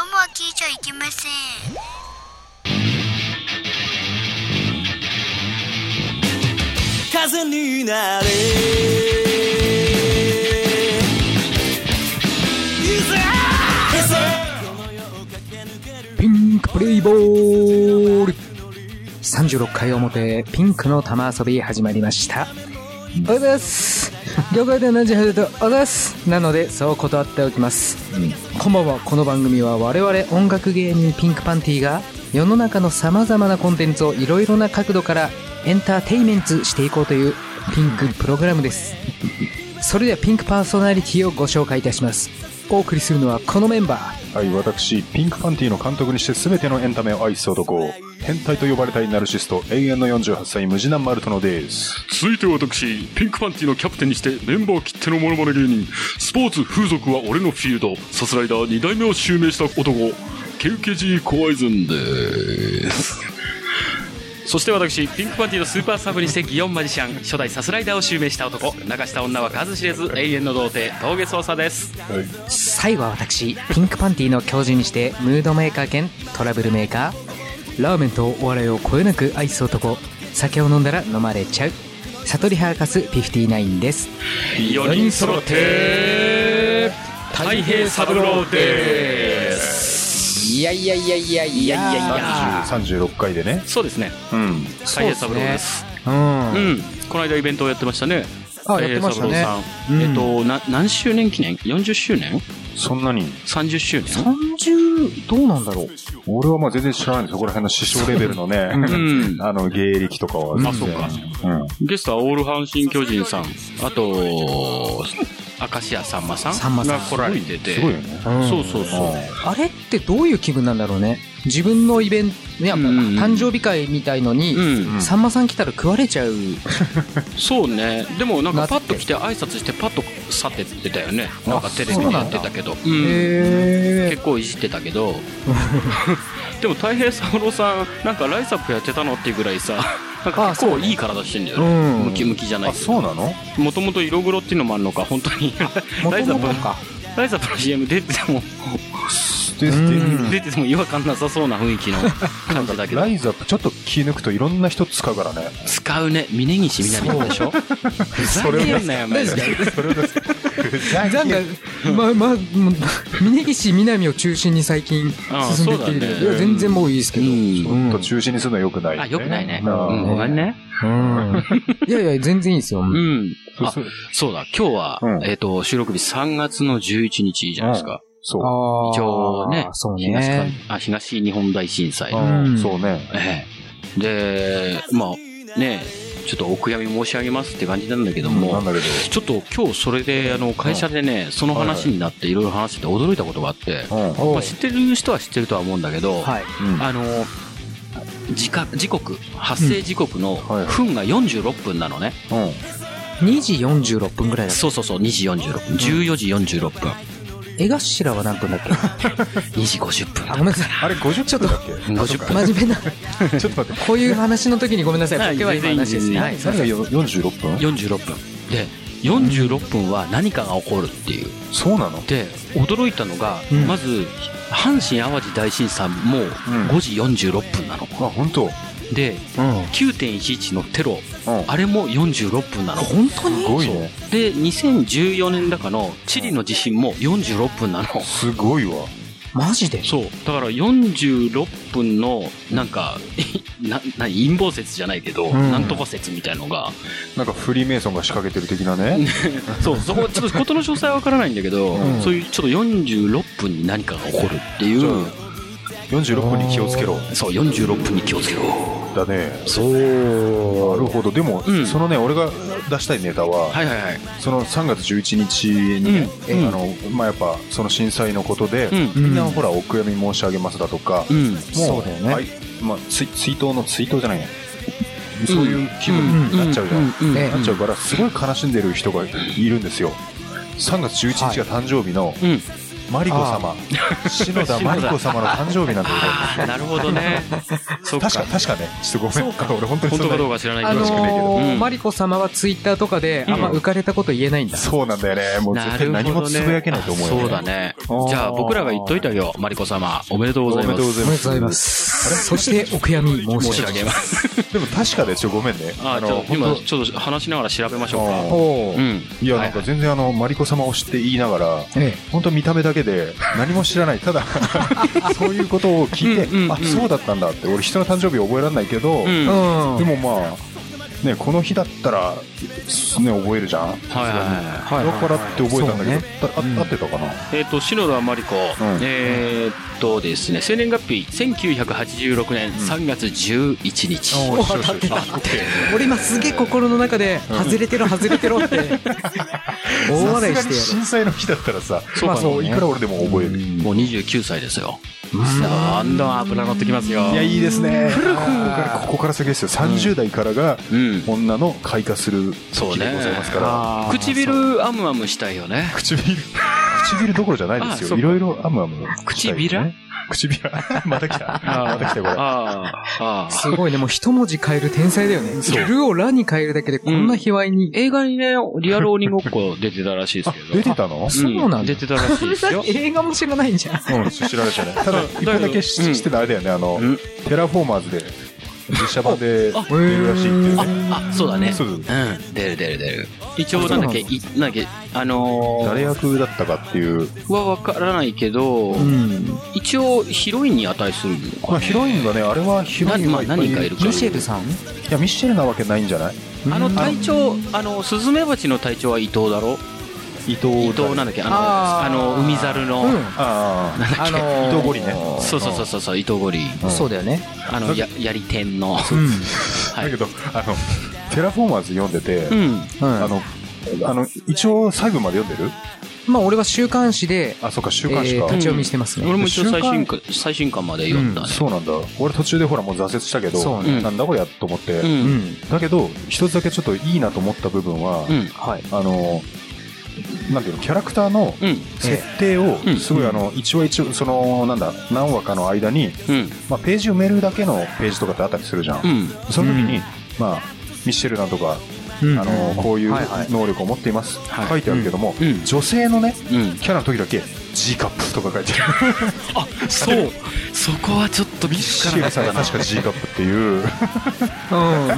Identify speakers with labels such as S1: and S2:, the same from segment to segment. S1: ゃいけません
S2: 風になれ
S3: ピンクプレイボール36回表ピンクの玉遊び始まりましたおはようございます業界では何時始めるとおはようございますなのでそう断っておきます、こんばんはこの番組は我々音楽芸人ピンクパンティが世の中の様々なコンテンツをいろいろな角度からエンターテイメントしていこうというピンクプログラムですそれではピンクパーソナリティをご紹介いたしますお送りするのはこのメンバー
S4: はい、私、ピンクパンティの監督にして全てのエンタメを愛す男、変態と呼ばれたいナルシスト、永遠の48歳、ムジナンマルトのです。
S5: 続いて私ピンクパンティのキャプテンにしてメンバー切手のモノマネ芸人スポーツ風俗は俺のフィールドサスライダー2代目を襲名した男ケウケジーコアイズンです
S6: そして私ピンクパンティのスーパーサブにして祇園マジシャン初代サスライダーを襲名した男流した女は数知れず永遠の童貞峠捜査です
S3: 最後は私ピンクパンティの教授にしてムードメーカー兼トラブルメーカーラーメンとお笑いをこよなく愛す男酒を飲んだら飲まれちゃうサトリハーカス59です
S6: 4人揃って太平三郎です
S3: いやいやいやいやいやいやい
S4: 30 36回でね。
S6: そうですね
S4: うん。
S6: 太平三郎です
S3: うん
S6: うんこの間イベントをやってましたね
S3: あやってましたね
S6: 太平三郎さん、えっとな何周年記念40周年
S4: そんなに、
S6: 30周年
S3: 30どうなんだろう
S4: 俺はまあ全然知らないんですよ。こら辺の師匠レベルのね、
S6: ん
S4: あの、芸歴とかは。
S6: あそうか
S4: うん。
S6: ゲストはオール阪神巨人さん、あと、明石家さんまさん
S3: さんまさん
S6: が来られてて、
S4: すごいよね。
S6: そうそうそう。
S3: あれってどういう気分なんだろうね自分のイベントいや、
S6: うんうん
S3: 誕生日会みたいのに、
S6: うん
S3: さんまさん来たら食われちゃう
S6: そうね、でもなん
S3: な
S6: か
S3: って
S6: パッと来て挨拶して、パッと去ってってたよね、なんかテレビ
S3: そう
S6: で
S3: な
S6: や
S3: ん
S6: っ
S3: だ
S6: てたけど、
S3: へ
S6: うん
S3: え
S6: 結構いじってたけど、でも太平三郎さん、なんかライサップやってたのっていうぐらいさ、なんか結構いい体してんだよ
S3: うん
S6: ね、ムキムキじゃない
S4: あ、そうなの
S6: もともと色黒っていうのもあるのか、本当に、ライサップ
S3: か
S6: ライサップの CM 出てても、
S4: で
S3: うん
S6: 出てても違和感なさそうな雰囲気の感じだけ
S4: で
S6: ど
S4: ライズアップちょっと気抜くといろんな人使うからね。
S6: 使うね峰岸みなみなんでしょふざけんなよマジで
S3: なんか、ま、ま、もう峯岸みなみを中心に最近
S6: ああ
S3: 進んでいっている。
S6: そうだね
S3: いや、全然もういいですけ
S6: う
S3: ど。うん。
S4: ち
S6: ん
S4: ょっと中心にするのは良くない、
S6: あよくないねう
S4: あ
S6: んごめんね
S3: いやいや、全然いいですよ。
S6: うん
S4: そう
S6: あ
S4: そう
S6: そうだ今日は、
S4: うん
S6: えっ、と収録日3月の11日じゃないですか、
S4: そう。
S3: ああ。
S6: 一応ね
S3: そう
S6: 東か
S3: ね。
S6: あ東日本大震災、
S3: ん
S4: うんそうね。
S6: ええでまあねちょっとお悔やみ申し上げますって感じなんだけども、
S4: なんだけど。
S6: ちょっと今日それであの会社でね、その話になっていろいろ話してて驚いたことがあって、
S4: うん。
S3: おう
S6: まあ、知ってる人は知ってるとは思うんだけど、
S3: はい。
S4: うん
S6: あの時間時刻発生時刻の
S4: はい
S6: 分が46分なのね、
S4: うん。
S3: 2時46分ぐらいだった。
S6: そうそうそう2時46分14時46分
S3: 江頭は何分だっけ
S6: 2時50分
S3: あ、ごめんなさい。
S4: あれ50分だっ け
S6: 50分
S3: 真面目な、
S4: ちょっと待って。
S3: こういう話の時にごめんなさ。
S6: はいい
S3: 僕は今の話ですね。
S6: 全然
S3: はい
S6: い
S3: い。
S4: 何がよ46分
S6: 46分で46分は何かが起こるっていう
S4: そうなの
S6: で驚いたのが、
S3: うん
S6: まず阪神・淡路大震災も5時46分なの、
S4: あ、本当。うん。
S6: で9.11のテロ
S4: あ、
S6: あれも46分なの
S3: 本当に
S4: すごいね。
S6: で2014年だかのチリの地震も46分なの
S4: すごいわ。
S3: マジで
S6: そうだから46分のなんか なな陰謀説じゃないけど、
S3: ん
S6: なんとか説みたいのが
S4: なんかフリーメイソンが仕掛けてる的なね。
S6: そうそこちょっと事の詳細はわからないんだけど、
S3: うん
S6: そういうちょっと46分に何かが起こるってい
S4: じゃ
S6: う
S4: 46分に気をつけろ。
S6: そう46分に気をつけろ
S4: だね。
S6: そう
S4: なるほど。でも
S6: うん、
S4: そのね、俺が出したいネタは、
S6: はいはいはい
S4: その3月11日にね、
S6: うん
S4: えあの、まあ、やっぱ、その震災のことで、
S6: うん
S4: みんなほら、お悔やみ申し上げますだとか、
S6: うん
S4: も
S3: そう
S4: う
S3: だよね
S4: はいまあ、追追悼の追悼じゃないやそういう気分になっちゃうじゃん、
S6: うんうん
S3: ね
S4: なっちゃうからすごい悲しんでる人がいるんですよ3月11日が誕生日の
S6: うん
S4: マリコ様篠田マリコ様の誕生日なんだよ
S6: ああ、なるほど ね。そっか
S4: 確。か確かねちょっとごめんか俺本当に
S6: 本
S4: そ
S6: 当
S4: ん
S6: か
S4: な
S6: どうか知らな
S3: あ
S6: いけど。
S3: のー
S6: うん
S3: マリコ様はツイッターとかであんま浮かれたこと言えないんだ。
S4: そうなんだよねもう絶対何もつぶやけないと思うよ、
S6: あそうだね
S4: あー
S6: じゃあ僕らが言っといたよマリコ様おめでとうご
S4: お
S6: ざい
S4: めで
S6: ま
S4: とうご
S6: す
S4: ざい
S3: おめでとうござい
S4: ます
S3: ます。そして、お悔やみ申
S6: 申
S3: し
S6: し
S3: 上
S6: 上
S3: げ
S6: げ
S3: ます。
S6: ます
S4: でも確かでちょごめんね
S6: あーちょっと今ちょっと話しながら調べましょうか
S4: あ
S3: お
S6: う
S3: ー
S6: ん
S4: いやなんか全然あのマリコ様を知って言いながら
S3: ええ
S4: 本当見た目だけで何も知らないた だそういうことを聞いて
S6: うんうんうん
S4: あそうだったんだって俺人の誕生日覚えられないけど、
S6: うん
S3: う
S6: はい
S3: ん
S4: でもまあねこの日だったらね覚えるじゃん
S6: はいはい
S3: はい
S4: だからって覚えたんだけど、たあ
S3: うん
S4: 合ってたかな、
S6: えっ、と篠田真理子、
S4: ん
S6: えっ、とですね生年月日1986年3月11日、
S4: おーよしよしよし
S3: 俺今すげえ心の中で、外れてろ、外れてろって、大
S4: さ
S3: 笑い
S4: すが
S3: し
S4: に
S3: てや
S4: 震災の日だったらさ
S6: そうかもね
S4: まあそういくら俺でも覚える
S6: もう29歳ですよどんどん油乗ってきますよ
S4: いやいいですねここからここから先ですよ30代からが
S6: うん
S4: 女の開花する
S6: そう
S4: 時
S6: ね
S4: でございますから、
S3: る。
S6: 唇アムアムしたいよね
S4: 唇唇どころじゃないで
S6: あ
S4: す
S6: そう
S4: よい
S6: か
S4: ろいろあむあむ
S6: 唇
S4: 唇 また来たまた来たこれ
S6: あーあー
S3: すごいね、もう一文字変える天才だよね。ルをラに変えるだけでこんな卑猥に。
S6: 映画にねリアル鬼ごっこ出てたらしいです
S4: あ
S6: けど
S4: 出てたの
S3: そうなんだ
S6: 出てたらしいですよ
S3: 映画も知らないんじゃん。
S4: うん、知られてない。ただ、一
S6: だ
S4: 回
S6: けど
S4: だけ知知ってたあれだよね、あの
S6: うん、
S4: テラフォーマーズで、実写版で
S6: あ
S4: 出るらしいっていうね。
S6: あそうだね
S4: そうそう
S6: うん出る出る出る一応なんだっけ
S3: あそ
S6: いなんだっけあのー
S4: 誰役だったかっていう。
S6: は分からないけど、
S3: うん。
S6: 一応ヒロインに値するのか、ね
S4: まあ、ヒロインがね、あれはヒロインがいっぱ
S6: まあ何人かい
S4: いい
S6: る
S4: る。
S3: ミシェルさん
S4: いや、ミッシェルなわけないんじゃない
S6: あの隊長あのスズメバチの隊長は伊藤だろ
S4: 伊藤
S6: 伊藤なんだっけあの
S3: あ
S6: あ
S3: ー
S6: の海猿の、
S3: うん。
S4: ああ、
S3: あの
S4: 伊
S3: ー
S4: 藤ゴリね。
S6: そうそうそうそうそう伊藤ゴリ
S3: そうだよね。
S6: あのややり天の
S3: うん。
S4: だけど、あの、テラフォーマーズ読んでて
S6: う、ん
S4: あ
S3: あの、
S4: の、あの、一応最後まで読んでる
S3: まあ俺は週刊誌で、
S4: あ、そっか、
S3: え
S4: 週
S3: ー
S4: 刊誌か
S3: 立。ち読みしてます
S6: 俺
S3: ね。
S6: も一応最新刊最新刊まで読んだね、
S4: そうなんだ。俺途中でほら、もう挫折したけ
S3: そ
S4: ど、
S3: う
S6: ね
S4: なんだこりゃと思って
S6: う。ん
S3: う
S6: うん
S3: ん。
S4: だけど、一つだけちょっといいなと思った部分は、
S6: うん
S3: はい。
S4: あのなんていうのキャラクターの
S6: うん
S4: 設定を
S6: ええ
S4: すごいあの一話一話そのなんだ何話かの間に、
S6: うん
S4: まあ、ページ埋めるだけのページとかってあったりするじゃん、
S6: うん
S4: その時
S3: う
S4: に
S3: ん、
S4: まあ、ミッシェルなんとか、
S3: うん
S4: あのこういう
S3: はいはい
S4: 能力を持っています、
S6: はい
S4: 書いてあるけども、
S6: うん
S4: 女性のね
S6: うん
S4: キャラの時だけ G カップとか書いて ある
S6: あそうそこはちょっと見
S4: ミッ
S6: つ
S4: シ
S6: から
S4: ェ
S6: なか
S4: ルさんが
S6: ったな
S4: 確か G カップっていう
S3: うん。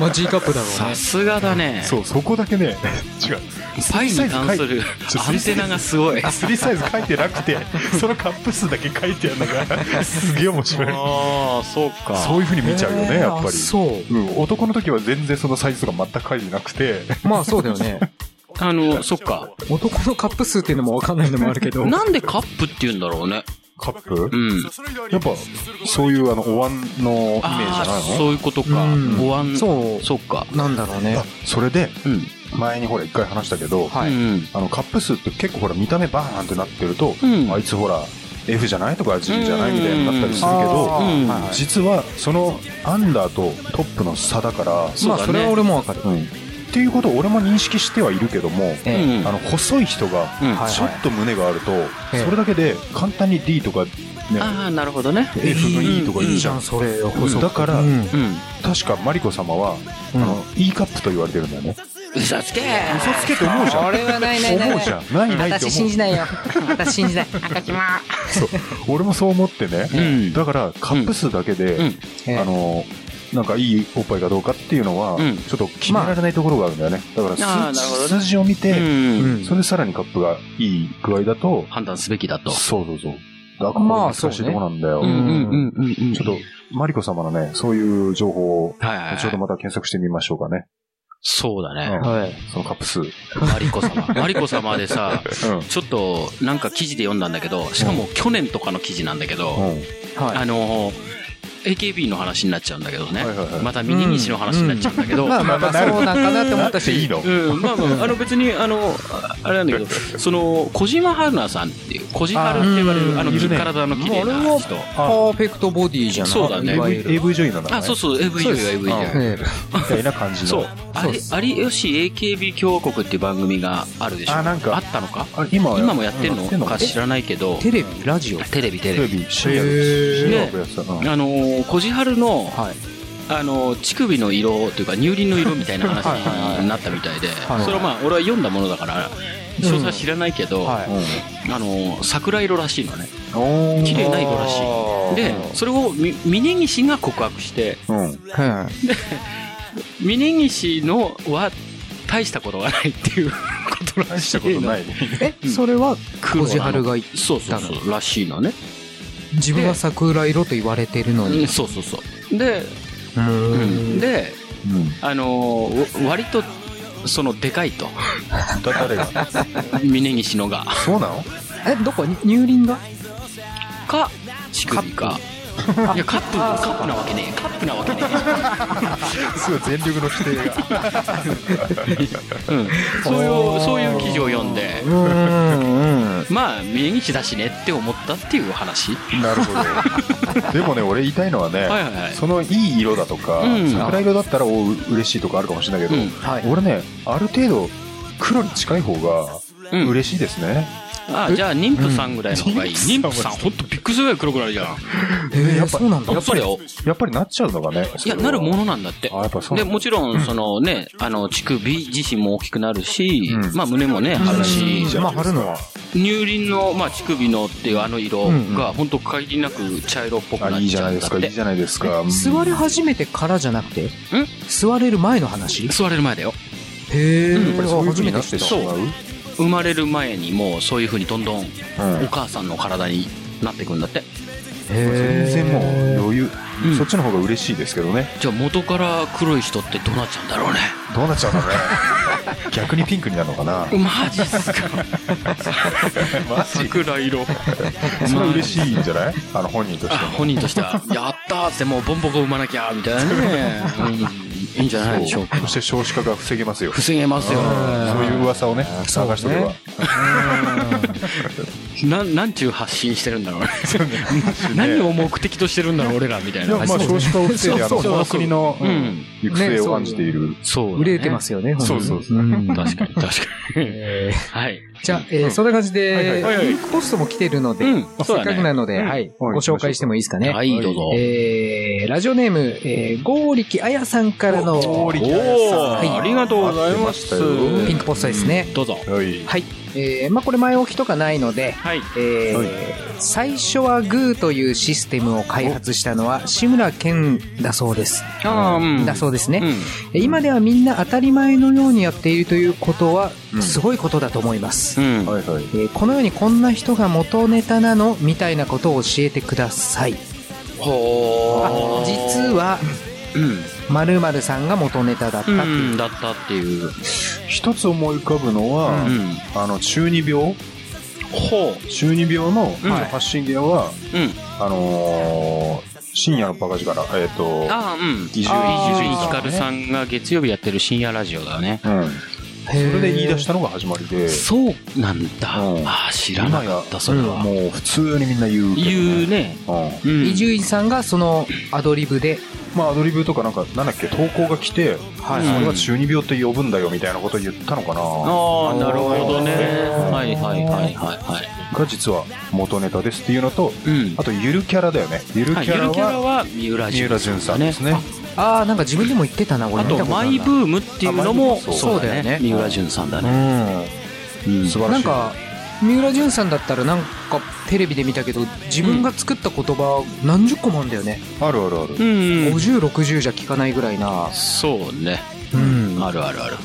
S3: まあ G カップだろう
S6: さ
S3: ね。
S6: すがだね
S4: そうそこだけね 違う
S6: パイに関する
S4: ちょ
S6: アンテナがすごいあ
S4: 3サイズ書いてなく てそのカップ数だけ書いてあるのがすげえ面白い
S6: あそうか
S4: そういうふうに見ちゃうよね、
S3: えー
S4: やっ
S3: あ
S4: ぱり。。
S3: そう
S4: ん、男の時は全然そのサイズとか全く書いてなく て、
S3: まあそうだよね。
S6: あのそっか
S3: 男のカップ数っていうのもわかんないのもあるけど。
S6: なんでカップっていうんだろうね
S4: カップ、
S6: うん
S4: やっぱ、そういうあの、お椀のイメージじゃ
S6: ああ
S4: ないの
S6: そういうことか
S3: うん
S6: ご案
S3: そう
S6: そっか
S3: なんだろうね
S4: あ。それで、
S6: うん
S4: 前にほら一回話したけど、
S3: はい
S6: うん
S4: あの、カップ数って結構ほら見た目バーンってなってると、
S6: うん
S4: あいつほら、F じゃないとか G じゃないみたいになったりするけ
S3: あ
S4: ど、
S3: ー
S6: うん
S3: はいはい
S4: 実はそのアンダーとトップの差だから、
S6: そうだ
S3: まあそ
S6: ね
S3: れは俺もわかる。
S4: うんっていうことを俺も認識してはいるけども、
S3: ええ
S6: うん
S4: あの細い人が
S6: うん
S3: はい
S4: ちょっと胸があると、
S3: ええ
S4: それだけで簡単に D とか、ね、
S6: ああなるほどね
S4: F の E とか言うじゃん、
S3: それよ
S4: うんだから、
S3: うん
S6: うん
S4: 確かマリコ様は、あの E カップと言われてるんだよね
S6: 嘘つけ
S4: 嘘つけって思うじゃん
S3: 俺はないないないない
S4: 思うじゃんないないって
S3: 私信
S4: 思う
S3: じないよ。私信じない。
S4: そう俺もそう思ってね、
S6: うん
S4: だからカップ数だけで、
S6: うん
S4: あのなんかいいおっぱいかどうかっていうのは、
S6: うん
S4: ちょっと決められないところがあるんだよねだから数,、
S6: あーなるほどね
S4: 字を見
S6: う
S4: て、
S6: ん
S3: うん
S4: それでさらにカップがいい具合だと、
S6: 判断すべきだと
S4: そうそうそうだから
S3: まあ
S4: 難しいとこなんだよ、
S3: そうねうん
S6: うんうん
S4: ちょっとマリコ様のねそういう情報を
S6: はいはいはい
S4: ちょうどまた検索してみましょうかね。
S6: そうだね
S3: はい。
S4: そのカップ数。うん。
S6: マリコ様マリコ様でさちょっとなんか記事で読んだんだけどしかも去年とかの記事なんだけど
S3: は
S6: あのー AKB の話になっちゃうんだけどね、
S4: はいはいはい
S6: またミニ西の話になっちゃうんだけど、
S3: まあまあまあ、
S4: なる
S3: そうなんかなって思
S4: な
S3: っ
S4: ったていい
S3: し。
S4: の
S6: うん、まあまあ、あの別に、あの、ああれなんだけど、その、小島春菜さんっていう、小島春って言われ
S3: あー
S6: る、あの、
S4: いるね
S6: 体の綺麗
S3: あれ
S6: な
S3: は
S6: 人。
S3: パーフェクトボディじゃない
S6: そうだね
S3: いわ
S4: AV,
S3: ゆる
S4: AV 女優なんだ、ね、
S6: あ、そうそう、AV 女優、AV 女優。
S3: ええ
S4: みたいな感じの
S6: そう。あり有吉 AKB 共和国っていう番組があるでしょ。
S4: あなんか
S6: あったのか
S4: あ今は
S6: 今もやってん
S4: やってん
S6: の
S4: の
S6: か知らないけど、
S3: テレビ、ラジオ。
S6: テレビ、テ
S4: テ
S6: レ
S4: レ
S6: ビ。
S4: ビ深夜深夜のやつだな
S6: あのー、小島春の、
S3: はい。
S6: あの乳首の色というか乳輪の色みたいな話になったみたいで
S3: い
S6: それはまあ俺は読んだものだから詳細は知らないけど、
S3: はい
S6: あの桜色らしいのね
S4: おー
S6: 綺麗な色らしいでそれをみ峯岸が告白して
S4: うん
S3: は
S6: 峯岸のは大したことがないっていう ことら
S4: 大し
S6: しい
S4: たことない
S3: い。え、それは、
S6: 黒
S3: 小
S6: な
S3: 千
S6: の
S3: 春が言っ
S6: そうそう
S3: だ
S6: そうらしいのね、
S3: 自分は桜色と言われてるの
S6: うん、
S3: に。
S6: そうそうそうで、
S3: う
S6: うんん、で
S4: うん
S6: あのーわ割とそのでかいと
S4: だ誰が
S6: 峯岸のが
S4: そうなの
S3: え、どこに乳輪が
S6: か乳首かいやカップカップなわけねえカップなわけね
S4: すごい全力の否定が
S6: え、うん、そういうそういう記事を読んで
S3: うんうんうん。
S6: まあ峯岸だしねって思ったっていう話
S4: なるほどでもね俺言いたいのはね、
S6: はいはいはい
S4: そのいい色だとか、
S6: うん
S4: 桜色だったらおう嬉しいとかあるかもしれないけど、
S6: うん
S3: はい
S4: 俺ねある程度黒に近い方が
S6: うん
S4: 嬉しいですね、
S6: あじゃあ妊婦さんぐらいの方がいい、
S4: うん
S6: 妊婦さんほんとびっくりするぐらい黒くなるじゃん
S3: え
S4: や
S3: ー、
S4: っぱ
S3: そうなんだ
S6: や。っぱりよ
S4: やっぱりなっちゃうのがね
S6: いやなるものなんだって
S4: あやっぱそうな
S6: で
S4: んだ
S6: もちろんそのねあの乳首自身も大きくなるし、
S4: うん
S6: まあ胸もね張るし
S4: じゃん
S3: まあ、貼るのは。
S6: 乳輪の、まあ、乳首のっていうあの色
S3: うんうん
S6: が本当限りなく茶色っぽく
S4: あ
S6: なっ
S4: いい
S6: ち
S4: じゃ
S6: ゃ
S4: な
S6: う
S4: い
S6: ん
S4: で
S6: だ
S4: す
S6: っ
S4: かいい
S6: て
S4: じゃないですかうん
S3: 座り始めてからじゃなくて座れる前の話
S6: 座れる前だよ
S3: へえ、
S6: うん
S4: これそういう風になって
S3: 知
S4: し
S3: っ
S4: まう
S6: 生まれる前にもうそういう風にどんどん
S4: うん
S6: お母さんの体になっていくんだって
S3: たへ
S4: 全
S3: ー
S4: 然もう余裕、
S6: うん
S4: そっちの方が嬉しいですけどね
S6: じゃあ元から黒い人ってどうなっちゃうんだろうね
S4: どうなっちゃうのね 逆にピンクになるのかな
S6: マジっ すか
S4: マ
S6: 桜色
S4: それは嬉しいんじゃないあの本人として
S6: あ
S4: も
S6: 本人としては「やった!」ってもうボンボコ生まなきゃみたいなね、うん、いいんじゃないでしょうか
S4: そして少子化が防げますよ
S6: 防げますよ
S4: そういう噂をね探しとけば、
S6: なんなんちゅう発信してるんだろうね何を目的としてるんだろう俺らみたい
S4: いや
S6: な
S4: まあ少子化を防いであの
S3: そうそうそう
S4: この国の、
S6: うん
S4: うん行く末を案じている、
S6: そうだね
S3: 憂えてますよね本当に
S4: そうそうそうん
S6: 確か に確かに
S3: え
S6: はい
S3: ーじゃあ、えーそんな感じで、
S6: はいはい
S3: リンクポストも来てるので、
S6: うん
S3: せ
S6: そう
S3: っ
S6: だね
S3: かくなので、はい、ご紹介してもいいですかね。
S6: はいどうぞ
S3: えーラジオネーム、えー、ゴーリキあやさんからの、
S6: お
S3: さんはい
S6: ーありがとうござい
S4: 待っ
S6: ます
S4: てましたよ
S3: ピンクポストですね。
S6: どうぞ
S4: はい
S3: はい。えーまあこれ前置きとかないので、
S6: はい
S3: えー
S4: はい
S3: 最初はグーというシステムを開発したのは志村けんだそうです。
S6: あーうん
S3: だそうですね、
S6: うん
S3: え今ではみんな当たり前のようにやっているということは
S4: うん
S3: すごいことだと思います、
S6: うん
S4: はいはい
S3: えーこのようにこんな人が元ネタなのみたいなことを教えてください
S6: ほ
S3: あ
S6: ー
S3: 実は
S6: うん
S3: 〇〇さんが元ネタだったっていう、
S6: うんだったっていう
S4: 一つ思い浮かぶのは、
S6: うん
S4: あの中二病
S6: ほ
S4: 中二病の
S6: うん
S4: 発信源は、
S6: ううん
S4: あのー深夜のバカ力えっ、と
S6: ああうん伊集
S4: 伊集院
S6: 院
S4: さん
S6: 光さんが月曜日やってる深夜ラジオだね
S4: うん、
S3: へー
S4: それで言い出したのが始まりで
S6: そうなんだ
S4: うん
S6: ああ知らなかったそれ
S4: 今や
S6: は
S4: もう普通にみんな言うけど、ね、
S6: 言うね
S4: うん
S6: うん
S3: 伊集院さんがそのアドリブで
S4: まあ、アドリブとかなんかなんだっけ投稿が来て、
S3: はい
S4: それは中二病って呼ぶんだよみたいなことを言ったのかな
S6: ああなるほどねはいはいはいはいはい
S4: が実は元ネタですっていうのと
S6: うん
S4: あとゆるキャラだよねゆる
S6: はい
S4: キ
S6: ゆ
S4: ャラ
S6: るキャラ
S4: は
S6: は三浦
S4: 三浦淳
S6: 淳
S4: さ
S6: さ
S4: ん
S6: ん
S4: ですね
S3: ああなんか自分でも言ってたな
S6: あ
S3: 俺見た
S6: と
S3: ことあ
S6: マ
S3: る
S6: イ
S3: な
S6: ブームっていうのも
S4: あマイブーム
S3: そうだよね
S6: 三浦淳さんだね
S4: うん素晴らしい
S3: なんか三浦淳さんだったらなんかテレビで見たけど自分が作った言葉何十個もあんだよね、
S4: あるあるある、
S6: うんうん
S3: 5060じゃ聞かないぐらいな
S6: そうね
S3: うん
S6: あるあるある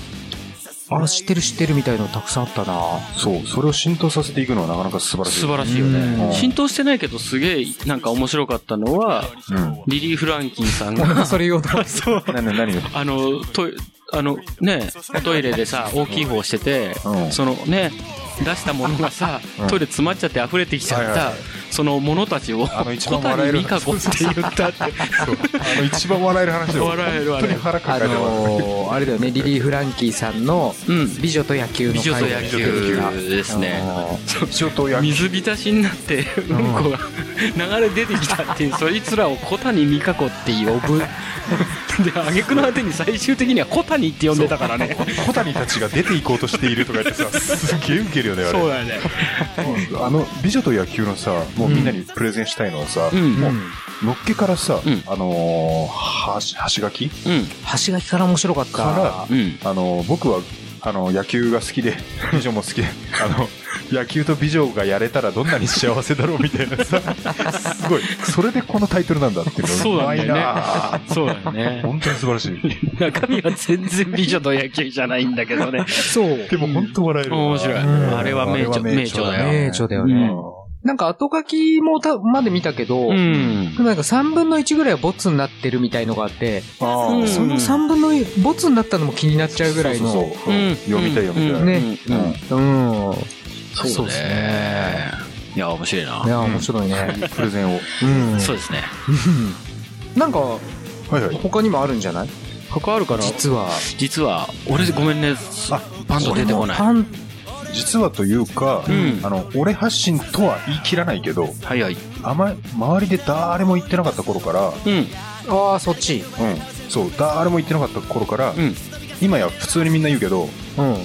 S3: あ知ってる知ってるみたいのたくさんあったな
S4: そうそれを浸透させていくのはなかなか素晴らしい
S6: 素晴らしいよね、
S4: うん
S6: 浸透してないけどすげえなんか面白かったのは
S4: うん
S6: リリー・フランキンさんが
S3: それ用の
S6: そう
S4: 何何
S6: あのトイあのねおトイレでさ大きい方をしてて、
S4: うん
S6: そのね出したものがさ、
S4: うん
S6: トイレ詰まっちゃって溢れてきちゃった、
S4: はいはいはい
S6: そのものたちを
S4: あの一番
S6: 小谷
S4: 笑える
S6: 美香子って言ったって
S4: あの一番笑える話よ
S6: 笑える
S4: 本当に腹
S3: あ
S4: 抱えて笑う
S3: のー、あれだよね、リリー・フランキーさんの
S6: うん
S3: 美女と野球の
S6: 美女と
S3: 回だよ
S6: 野
S3: ね
S6: 球ですね
S4: 一応とや
S6: 水浸しになってうんこが流れ出てきた っていうそいつらを小谷美香子って呼ぶで挙句の果てに最終的には小谷って呼んでたからね
S4: 小谷たちが出ていこうとしているとか言って さすげえウケるよねあれ
S6: そうだね
S4: あの美女と野球のさもうみんなにプレゼンしたいのはさ、
S6: うん
S4: もうのっけからさ、
S6: うん
S4: あのー、端端書き
S6: うん
S3: 橋垣から面白かった。
S4: か
S6: うん
S4: ら、あのー僕はあの野球が好き で美女も好きであの野球と美女がやれたらどんなに幸せだろうみたいなさすごいそれでこのタイトルなんだっていうの
S6: そうなんだよね
S4: うまいな
S6: そうだよね
S4: 本当に素晴らしい
S6: 中身は全然美女と野球じゃないんだけどね。
S3: そう。
S4: でも本当笑える
S6: 面白い。
S4: うん
S6: あれは名著、
S4: あれは
S6: 名著だよ。
S3: 名著だよね。なんか後書きもた、まで見たけど、
S6: うん
S3: で。もなんか3分の1ぐらいはボツになってるみたいのがあって、
S4: あー
S6: うん
S3: その3分の1、ボツになったのも気になっちゃうぐらいの。
S4: そうそうそう
S6: うん
S4: 読みたい読みたい、
S6: うん
S3: ね
S6: うん
S4: うん
S3: うん。い
S6: そうですね。いや、面白いな。
S3: や、面白いね。
S4: プレゼンを
S3: うん。
S6: そうですね。
S3: なんか、
S4: はいはい
S3: 他にもあるんじゃない
S6: 他あるかな
S3: 実は。
S6: 実は、俺、ごめんね。パンと出てこない。
S3: パン、
S4: 実はというか、
S6: うん
S4: あの俺発信とは言い切らないけど
S6: はいはい。
S4: あまり周りで誰も言ってなかった頃から、
S6: うん。
S3: ああ、そっち。
S4: うん、そう誰も言ってなかった頃から、
S6: うん。
S4: 今や普通にみんな言うけど
S3: うん。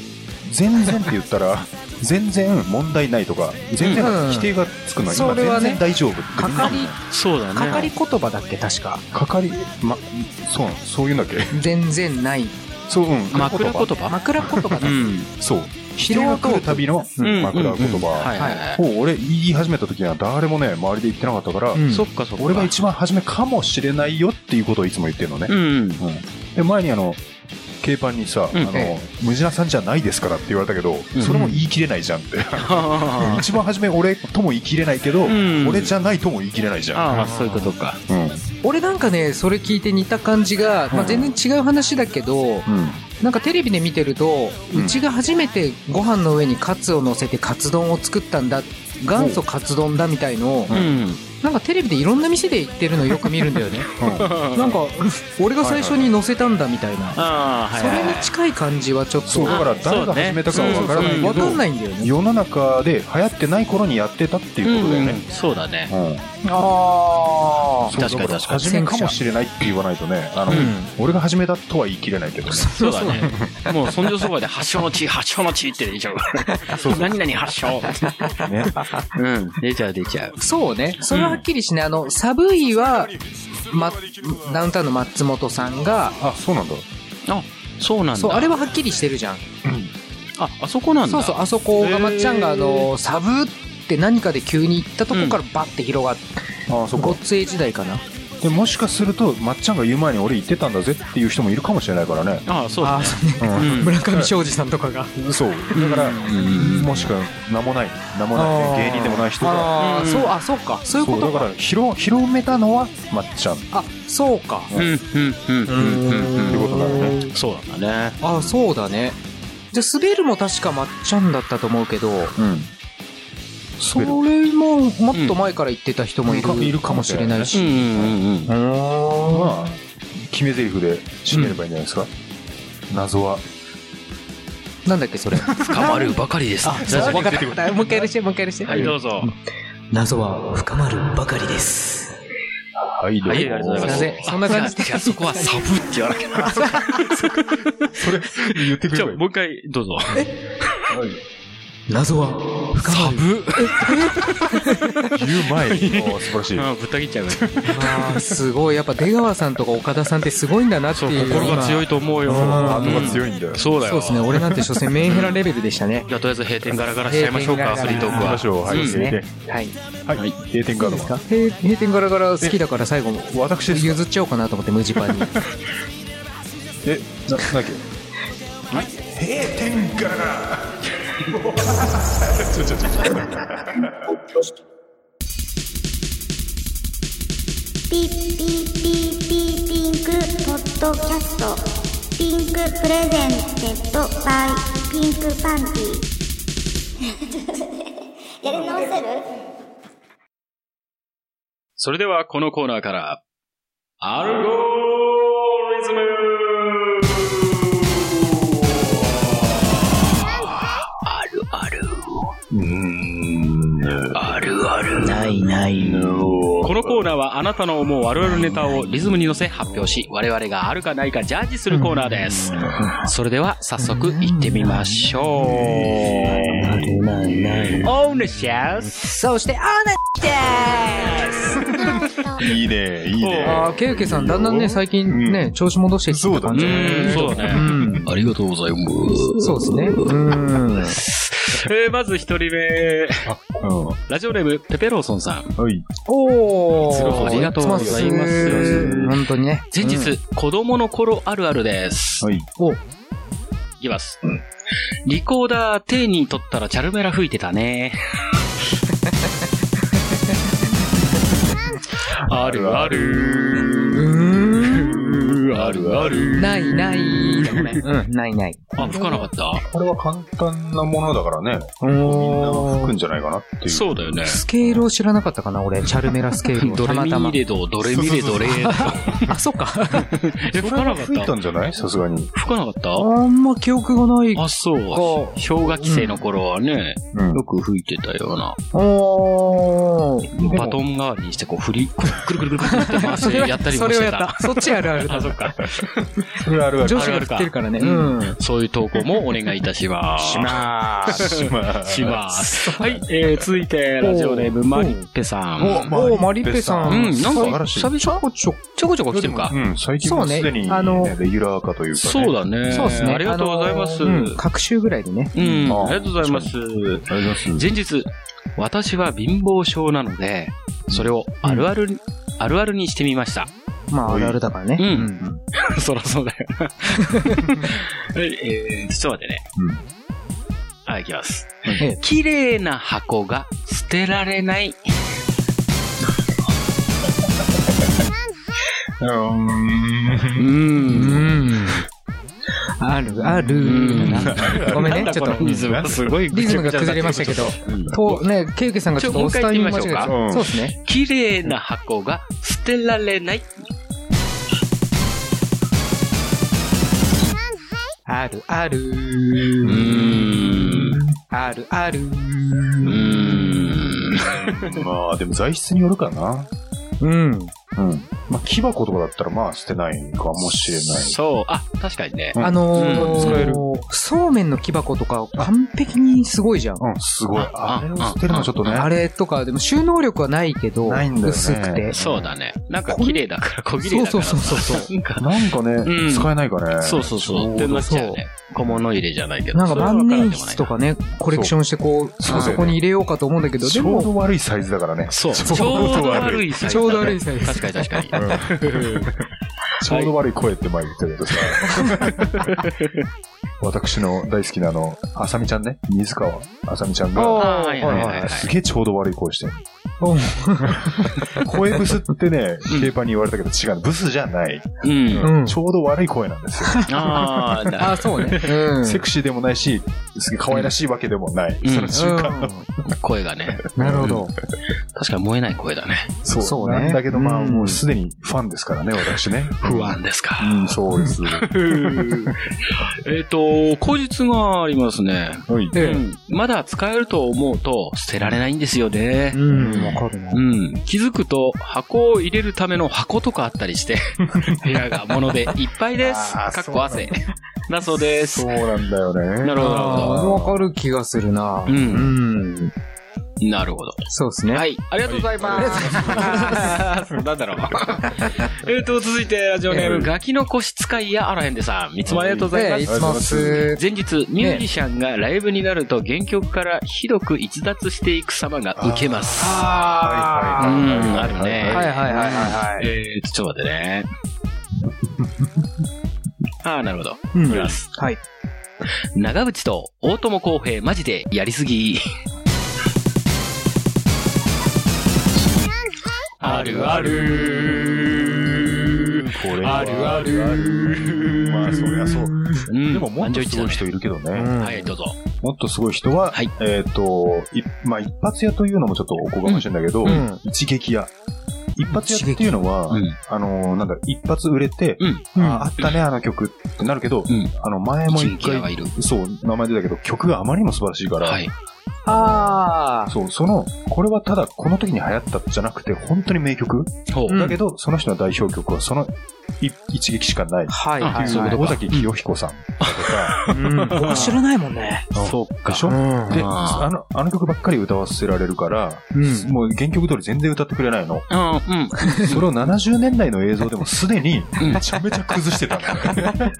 S4: 全然って言ったら 全然問題ないとか全然
S3: うん
S4: 否定がつくの、
S3: そ
S4: 今
S3: れは
S4: 全
S3: ね
S4: 然大丈夫って
S3: かか
S4: みん
S3: り
S4: な、
S6: そうだね。
S3: かかり言葉だっけ、確か。
S4: かかりまそうなのそういうんだっけ
S3: 全然ない。
S4: そううん
S6: 枕言葉
S3: 枕言葉だ。
S6: うん。
S4: そう否定が来るたびの、うん
S6: うん
S4: 枕言
S6: うんは
S4: 葉
S6: いはい。
S4: を俺言い始めた時には誰もね周りで言ってなかったから、
S3: うん
S6: そっかそっか。
S4: 俺が一番初めかもしれないよっていうことをいつも言ってるのね、
S6: うん。
S4: で前にあの軽パンにさ、
S6: うん
S4: あ
S3: え
S4: の「ムジナさんじゃないですから」って言われたけど、
S6: うん
S4: それも言い切れないじゃんって、
S6: あ
S4: 一番初め俺とも言い切れないけど、
S6: うん
S4: 俺じゃないとも言い切れないじゃん、
S6: あ、そういうことか。
S4: うん
S3: 俺なんかね、それ聞いて似た感じが、まあ、全然違う話だけど、
S4: うん
S3: なんかテレビで見てると、う
S4: うん
S3: ちが初めてご飯の上にカツを乗せてカツ丼を作ったんだ元祖カツ丼だみたいのを、
S6: うん。
S3: なんかテレビでいろんな店で言ってるのよく見るんだよねなんか俺が最初に乗せたんだみたいな、
S6: ああ、はい
S3: そ
S6: はいはい。
S3: れに近い感じはちょっと
S4: そうだから誰が始めたかは分からないけど、
S3: わかんないんだよね
S4: 世の中で流行ってない頃にやってたっていうことだよね、
S6: うんそうだね
S4: う。ん
S3: あ
S4: そう
S6: 確かに
S4: だら
S6: 確かに
S4: 初めかもしれないって言わないとねあの、
S6: うん
S4: 俺が始めたとは言い切れないけどね
S6: そうだね。もう、そんじょそばで発祥の地、発祥の地って出ちゃう。何々発祥。
S4: ね
S6: うん、出ちゃう出ちゃう。
S3: そうねそれははっきりしね、あの寒いは、ま、ダウンタウンの松本さんが
S4: あそうなんだ
S6: あ、そうなんだ。
S3: そうあれははっきりしてるじゃん
S6: あ、あそこなんだ。
S3: そうそうあそこ
S6: へ
S3: が
S6: ー
S3: まっちゃんがあのサブって何かで急に行ったとこからバッて広がって、
S4: あそっか
S3: ごっつえ時代かな
S4: でもしかするとまっちゃんが言う前に俺言ってたんだぜっていう人もいるかもしれないからね、
S6: あそう だね。
S4: うん
S6: うん
S3: 村上昌司さんとかが
S4: そうだから、もしくは名もない名もないね、
S3: あー
S4: 芸人でもない人が
S3: ああ、
S6: うん
S3: そうあそうかそういう
S4: そ
S3: こ
S4: うだ
S3: と
S4: か
S3: から
S4: 広広めたのはまっちゃんって
S3: あそうか
S6: うん、うん、うん、うん、うん。
S4: ことだよね
S6: そうなんだね。
S3: あそうだねじゃあ滑るも確かまっちゃんだったと思うけど
S4: うん
S3: そ
S4: 滑
S3: れ
S4: る
S3: ももっと前から言ってた人もいる,、
S4: うんいる
S3: か
S4: か
S3: も
S4: も
S3: し
S4: し
S3: れ
S4: れ
S3: な
S4: ないい
S3: し、
S4: し
S6: ん、うん。
S4: まあ決め台詞で締めればいいんじゃないですか、謎は
S3: なんだっけそれ
S6: 深まるばかりです。
S3: そうわかったもう一回やらしてもう一回やらして、
S6: はい、どうぞ。
S3: 謎は深まるばかりです
S4: はいどう
S6: は
S4: も
S6: い、ありがとうございます。
S3: すいませんそんな感じで
S6: あじゃあ、そこはサブって言わなきゃな。
S4: それ言ってくれ
S6: じゃあ、
S4: ばいい
S6: もう一回、どうぞ。
S3: 謎は深まる
S6: ブ
S4: 言う前におー素晴らしい
S6: あぶった切っちゃうね。
S3: あーすごいやっぱ出川さんとか岡田さんってすごいんだなって
S6: そう、
S3: いう
S6: 心が強いと思うよ。
S4: あと
S6: う
S4: が
S6: ん
S4: 強いんだよ
S6: そうだ
S3: そう
S6: よ。
S3: ですね、俺なんて所詮メンヘラレベルでしたね。
S6: じゃあ、とりあえず閉店ガラガラしちゃいましょうか、フリートーク
S4: 行き
S6: は
S4: ま。しょうはい、
S6: うん
S4: 閉店
S3: はい。
S4: はい閉店ガードは
S3: 閉閉店ガラガラ好きだから最後も
S4: 私ですか
S3: 譲っちゃおうかなと思って無地パンに。
S4: えななんだっけ閉店ガラガラちょちょちょちょ
S1: ピッピッピッピッピンクポッドキャストピンクプレゼンテッドバイピンクパンティ やり直せる
S5: それではこのコーナーから、アルゴリズム
S6: ないないこのコーナーはあなたの思うあるあるネタをリズムに乗せ発表し、我々があるかないかジャッジするコーナーです。それでは早速行ってみましょう。オーナシャス
S3: そして、あ
S4: いいね、いいね。
S3: あー、ケウケさん、だんだんね、最近ね、調子戻してきてた感じ。
S6: うん、そうだね。
S3: ん。
S5: ありがとうございます。
S3: そうですね。うん。
S6: えーまず一
S4: う
S6: 人目。
S4: ん。
S6: ラジオネーム、ペペローソンさん。
S4: はい。
S3: お
S6: いつも
S3: ー。
S6: ありがとうございます
S3: つも本当にね。
S6: 前日、子供の頃あるあるです。
S4: はい。
S3: お、
S6: いきます。リコーダー手に取ったらチャルメラ吹いてたね。あるある。あるある。
S3: ないない。うん、ないない。
S6: あ、吹かなかった
S4: これは簡単なものだからね。みんな吹
S3: お
S4: く
S3: ー
S4: んじゃないかなっていう。
S6: うだよね
S3: スケールを知らなかったかな、俺。チャルメラスケ ールを。
S6: ド
S3: た
S6: レ
S3: ま
S6: ミ
S3: たま
S6: レ。ド、ドレミレドレ。
S3: あ、そっか。
S6: え、吹
S4: そ
S6: か
S4: れ
S6: な
S4: は
S6: かっ
S4: 吹い
S6: た
S4: たんじゃないさすがに。
S6: 吹かなかった
S3: あんま記憶がない。
S6: あ、そう
S3: こ。
S6: 氷河期生の頃はね、
S4: うん
S6: よく吹いてたような。
S3: おー。
S6: バトン代わりにして、こう振り、こうくるくるくるくるって回してやったり
S3: そ
S6: も
S3: れ
S6: し
S3: を
S6: て
S3: やったた。。そっちあるあ るだ
S6: あ、。そっか。
S4: それあるある。
S3: 女子が振ってるからね。
S6: あるあ
S3: うん。
S6: そういう投稿もお願いいたします。します。します。はい、えー、続いて、ラジオネーム、マリッペさ
S4: お
S6: ん。
S3: おー、マリッペさ。
S6: うんん、なん
S4: 素晴、
S6: から
S4: しい
S6: 久々ちょこちょこ来てるか。
S4: うん、最近はすでに、ね
S3: そうねあの
S4: レギュラー化というか、ね。
S6: そうだね。
S3: そうですね。
S6: ありがとうございます。
S3: あ
S6: う
S3: の
S6: ん、
S3: ーうん各週ぐらいでね。
S4: あ
S6: ありがとうございます。
S4: ありがとうござい
S6: 前日、私は貧乏症なので、それをあるある、あるあるにしてみました。
S3: まあ、あるあるだからね。
S6: うん
S3: ん。
S6: そらそうだよな。はい、えー、ちょっと待ってね。はい、いきます
S3: ええ。
S6: 綺麗な箱が捨てられない。
S4: ます。
S6: うーん。
S3: あるある
S6: うん
S3: ごめん
S6: な
S3: ね、
S6: ん
S3: ち
S6: だ
S3: ょっ
S6: この
S3: と。
S6: リズムがすごいぐ
S3: リ
S6: ち
S3: ズ
S6: ゃ
S3: ム
S6: ぐ
S3: が
S6: ちゃにな
S3: 崩
S6: っ
S3: れ
S6: て
S3: まし
S6: ましたた
S3: け
S6: け
S3: ど
S6: ど。
S3: と、ね、ケウケさんがちょっと
S6: ちょ
S3: おスタイル間違えちゃった。
S4: もう一回言いましょうか
S3: そうですね。
S6: 綺麗な箱が捨てられない。
S3: あるある
S6: うーん。
S3: あるある
S6: うーん。
S4: うん。 まあ、でも材質によるかな。
S3: うん。
S4: うん。まあ、木箱とかだったら、まあ、捨てないかもしれない。
S6: そう。あ、確かにね。
S4: うん
S3: あの
S4: 使える
S3: ー、そうめんの木箱とか完璧にすごいじゃん。
S4: うん、すごい。
S6: あ
S4: あれを捨てるのはちょっとね。
S3: あれとか、でも収納力はないけど、
S4: ないんだよね
S3: 薄くて。
S6: そうだね。なんか綺麗だから、小綺麗だからさ。
S3: そうそうそう
S6: そう。なんか、
S4: なんかね、
S6: うん
S4: 使えないかね。
S6: そうそうそう。ってなっちゃうね。小物入れじゃないけど。
S3: なんか
S6: それは
S3: 万
S6: 分らん
S3: 年
S6: でもな
S3: 筆
S6: い
S3: とかね、コレクションしてこう、
S4: そう
S3: あ
S4: だよね
S3: そこに入れようかと思うんだけど、
S4: ち
S3: で
S4: ょう
S3: も、
S4: ど悪いサイズだからね。
S6: そう。
S4: ちょう
S6: ちょうど
S4: ど
S6: 悪
S4: 悪
S6: いサイズだ
S3: ちょ
S6: ね。
S3: うど悪いサイズ
S6: 確かに確か
S4: う
S6: に。
S4: んちょうど悪い声って前言ったけどさ。 私の大好きなあの、あさみちゃんね。水川あさみちゃんが、
S6: あーはいはいはいはい。
S4: すげえちょうど悪い声してる。声ブスってね、
S6: うん
S4: ケーパーに言われたけど違う。ブスじゃない。
S6: うん。
S3: うん
S4: ちょうど悪い声なんですよ。
S6: ああ、
S3: あ、
S6: だ
S3: そうね。 うん。
S4: セクシーでもないし、すげえ可愛らしいわけでもない。
S6: うん
S4: その中間の。
S6: 声がね。
S3: なるほど。
S6: 確かに燃えない声だね。
S4: そう
S3: そうね
S4: なんだけどまあ、
S3: うん
S4: もうすでにファンですからね、私ね。
S6: 不安ですか。
S4: うん、そうです。
S6: えっと、口実がありますね。
S4: はい。
S3: え
S6: う
S3: え
S6: ん。まだ使えると思うと捨てられないんですよね。
S3: うん、わかるな。
S6: うん。気づくと箱を入れるための箱とかあったり して、部屋が物でいっぱいです。
S4: あ
S6: か
S4: ー
S6: っこ汗。だそうです。
S4: そう
S6: な
S4: なんだよね。
S6: るほどなるほ
S3: あーわかる気がするな。
S6: う
S3: ん。
S6: んど。なるほど。
S3: そうですね。
S6: はい。ありがとうございます。なんだろ う。えっと、続いて、ラジオネーム、ガキの腰使いやあらへんでさん。いつもありがとうございま
S3: で、い
S6: す。
S3: つもす。
S6: 前日、ミュージシャンがライブになると原曲からひどく逸脱していく様がウケます。
S3: あ
S6: う
S4: ー
S6: ん、あるね。
S3: はいはいはいはいはい。
S6: えー、ちょっと待っ てね。ああ、なるほど。
S3: う
S6: い
S3: ん
S6: きます。
S3: はい。
S6: 長渕と大友康平、マジでやりすぎ。あるある。
S4: これ
S6: あるある
S4: まあ、そりゃそう。
S6: うん
S4: でも、もっとすごい人いるけどね。
S6: はい、どうぞ。
S4: もっとすごい人は、
S6: はい
S4: えっ、と、いまあ、一発屋というのもちょっとおこがましいんだけど、
S3: うん
S4: 一撃屋。一発屋っていうのは、
S6: うん
S4: あのーなんだ、一発売れて、
S6: うん
S3: うん
S4: ああったね、あの曲ってなるけど、
S6: うん
S4: あの、前も
S6: 一
S4: 一
S6: 撃屋が
S4: 回、
S6: いる。
S4: そう、名前出たけど、曲があまりにも素晴らしいから、
S6: はい。
S3: ああ。
S4: そう、その、これはただこの時に流行ったじゃなくて、本当に名曲、
S6: ほう。
S3: ん
S4: だけど、その人の代表曲はそのい一撃しかない。
S3: はいはい、はい。
S4: そういうことか尾崎清彦さんだと
S3: うん僕知らないもんね。
S4: か、
S6: そうか
S4: でしょ
S3: ん
S4: で、
S6: あー
S4: あの、あの曲ばっかり歌わせられるから、
S3: うん
S4: もう原曲通り全然歌ってくれないの。
S6: うん、うん。
S4: それを70年代の映像でもすでに、めちゃめちゃ崩してた んだよね。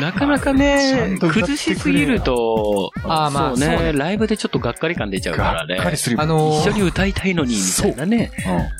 S6: なかなか
S4: ちゃ
S6: ね
S4: ん、と歌ってくれよ
S6: 崩しすぎると、
S3: あーまあ
S6: そう
S3: そうね
S6: ね、ライブでちょっとがっかり感出ちゃうか
S4: が
S6: らね
S4: っ。かりするよ
S3: あ
S4: ね。
S3: の
S6: 一緒
S3: ー
S6: に歌いたいのに、みたいなね。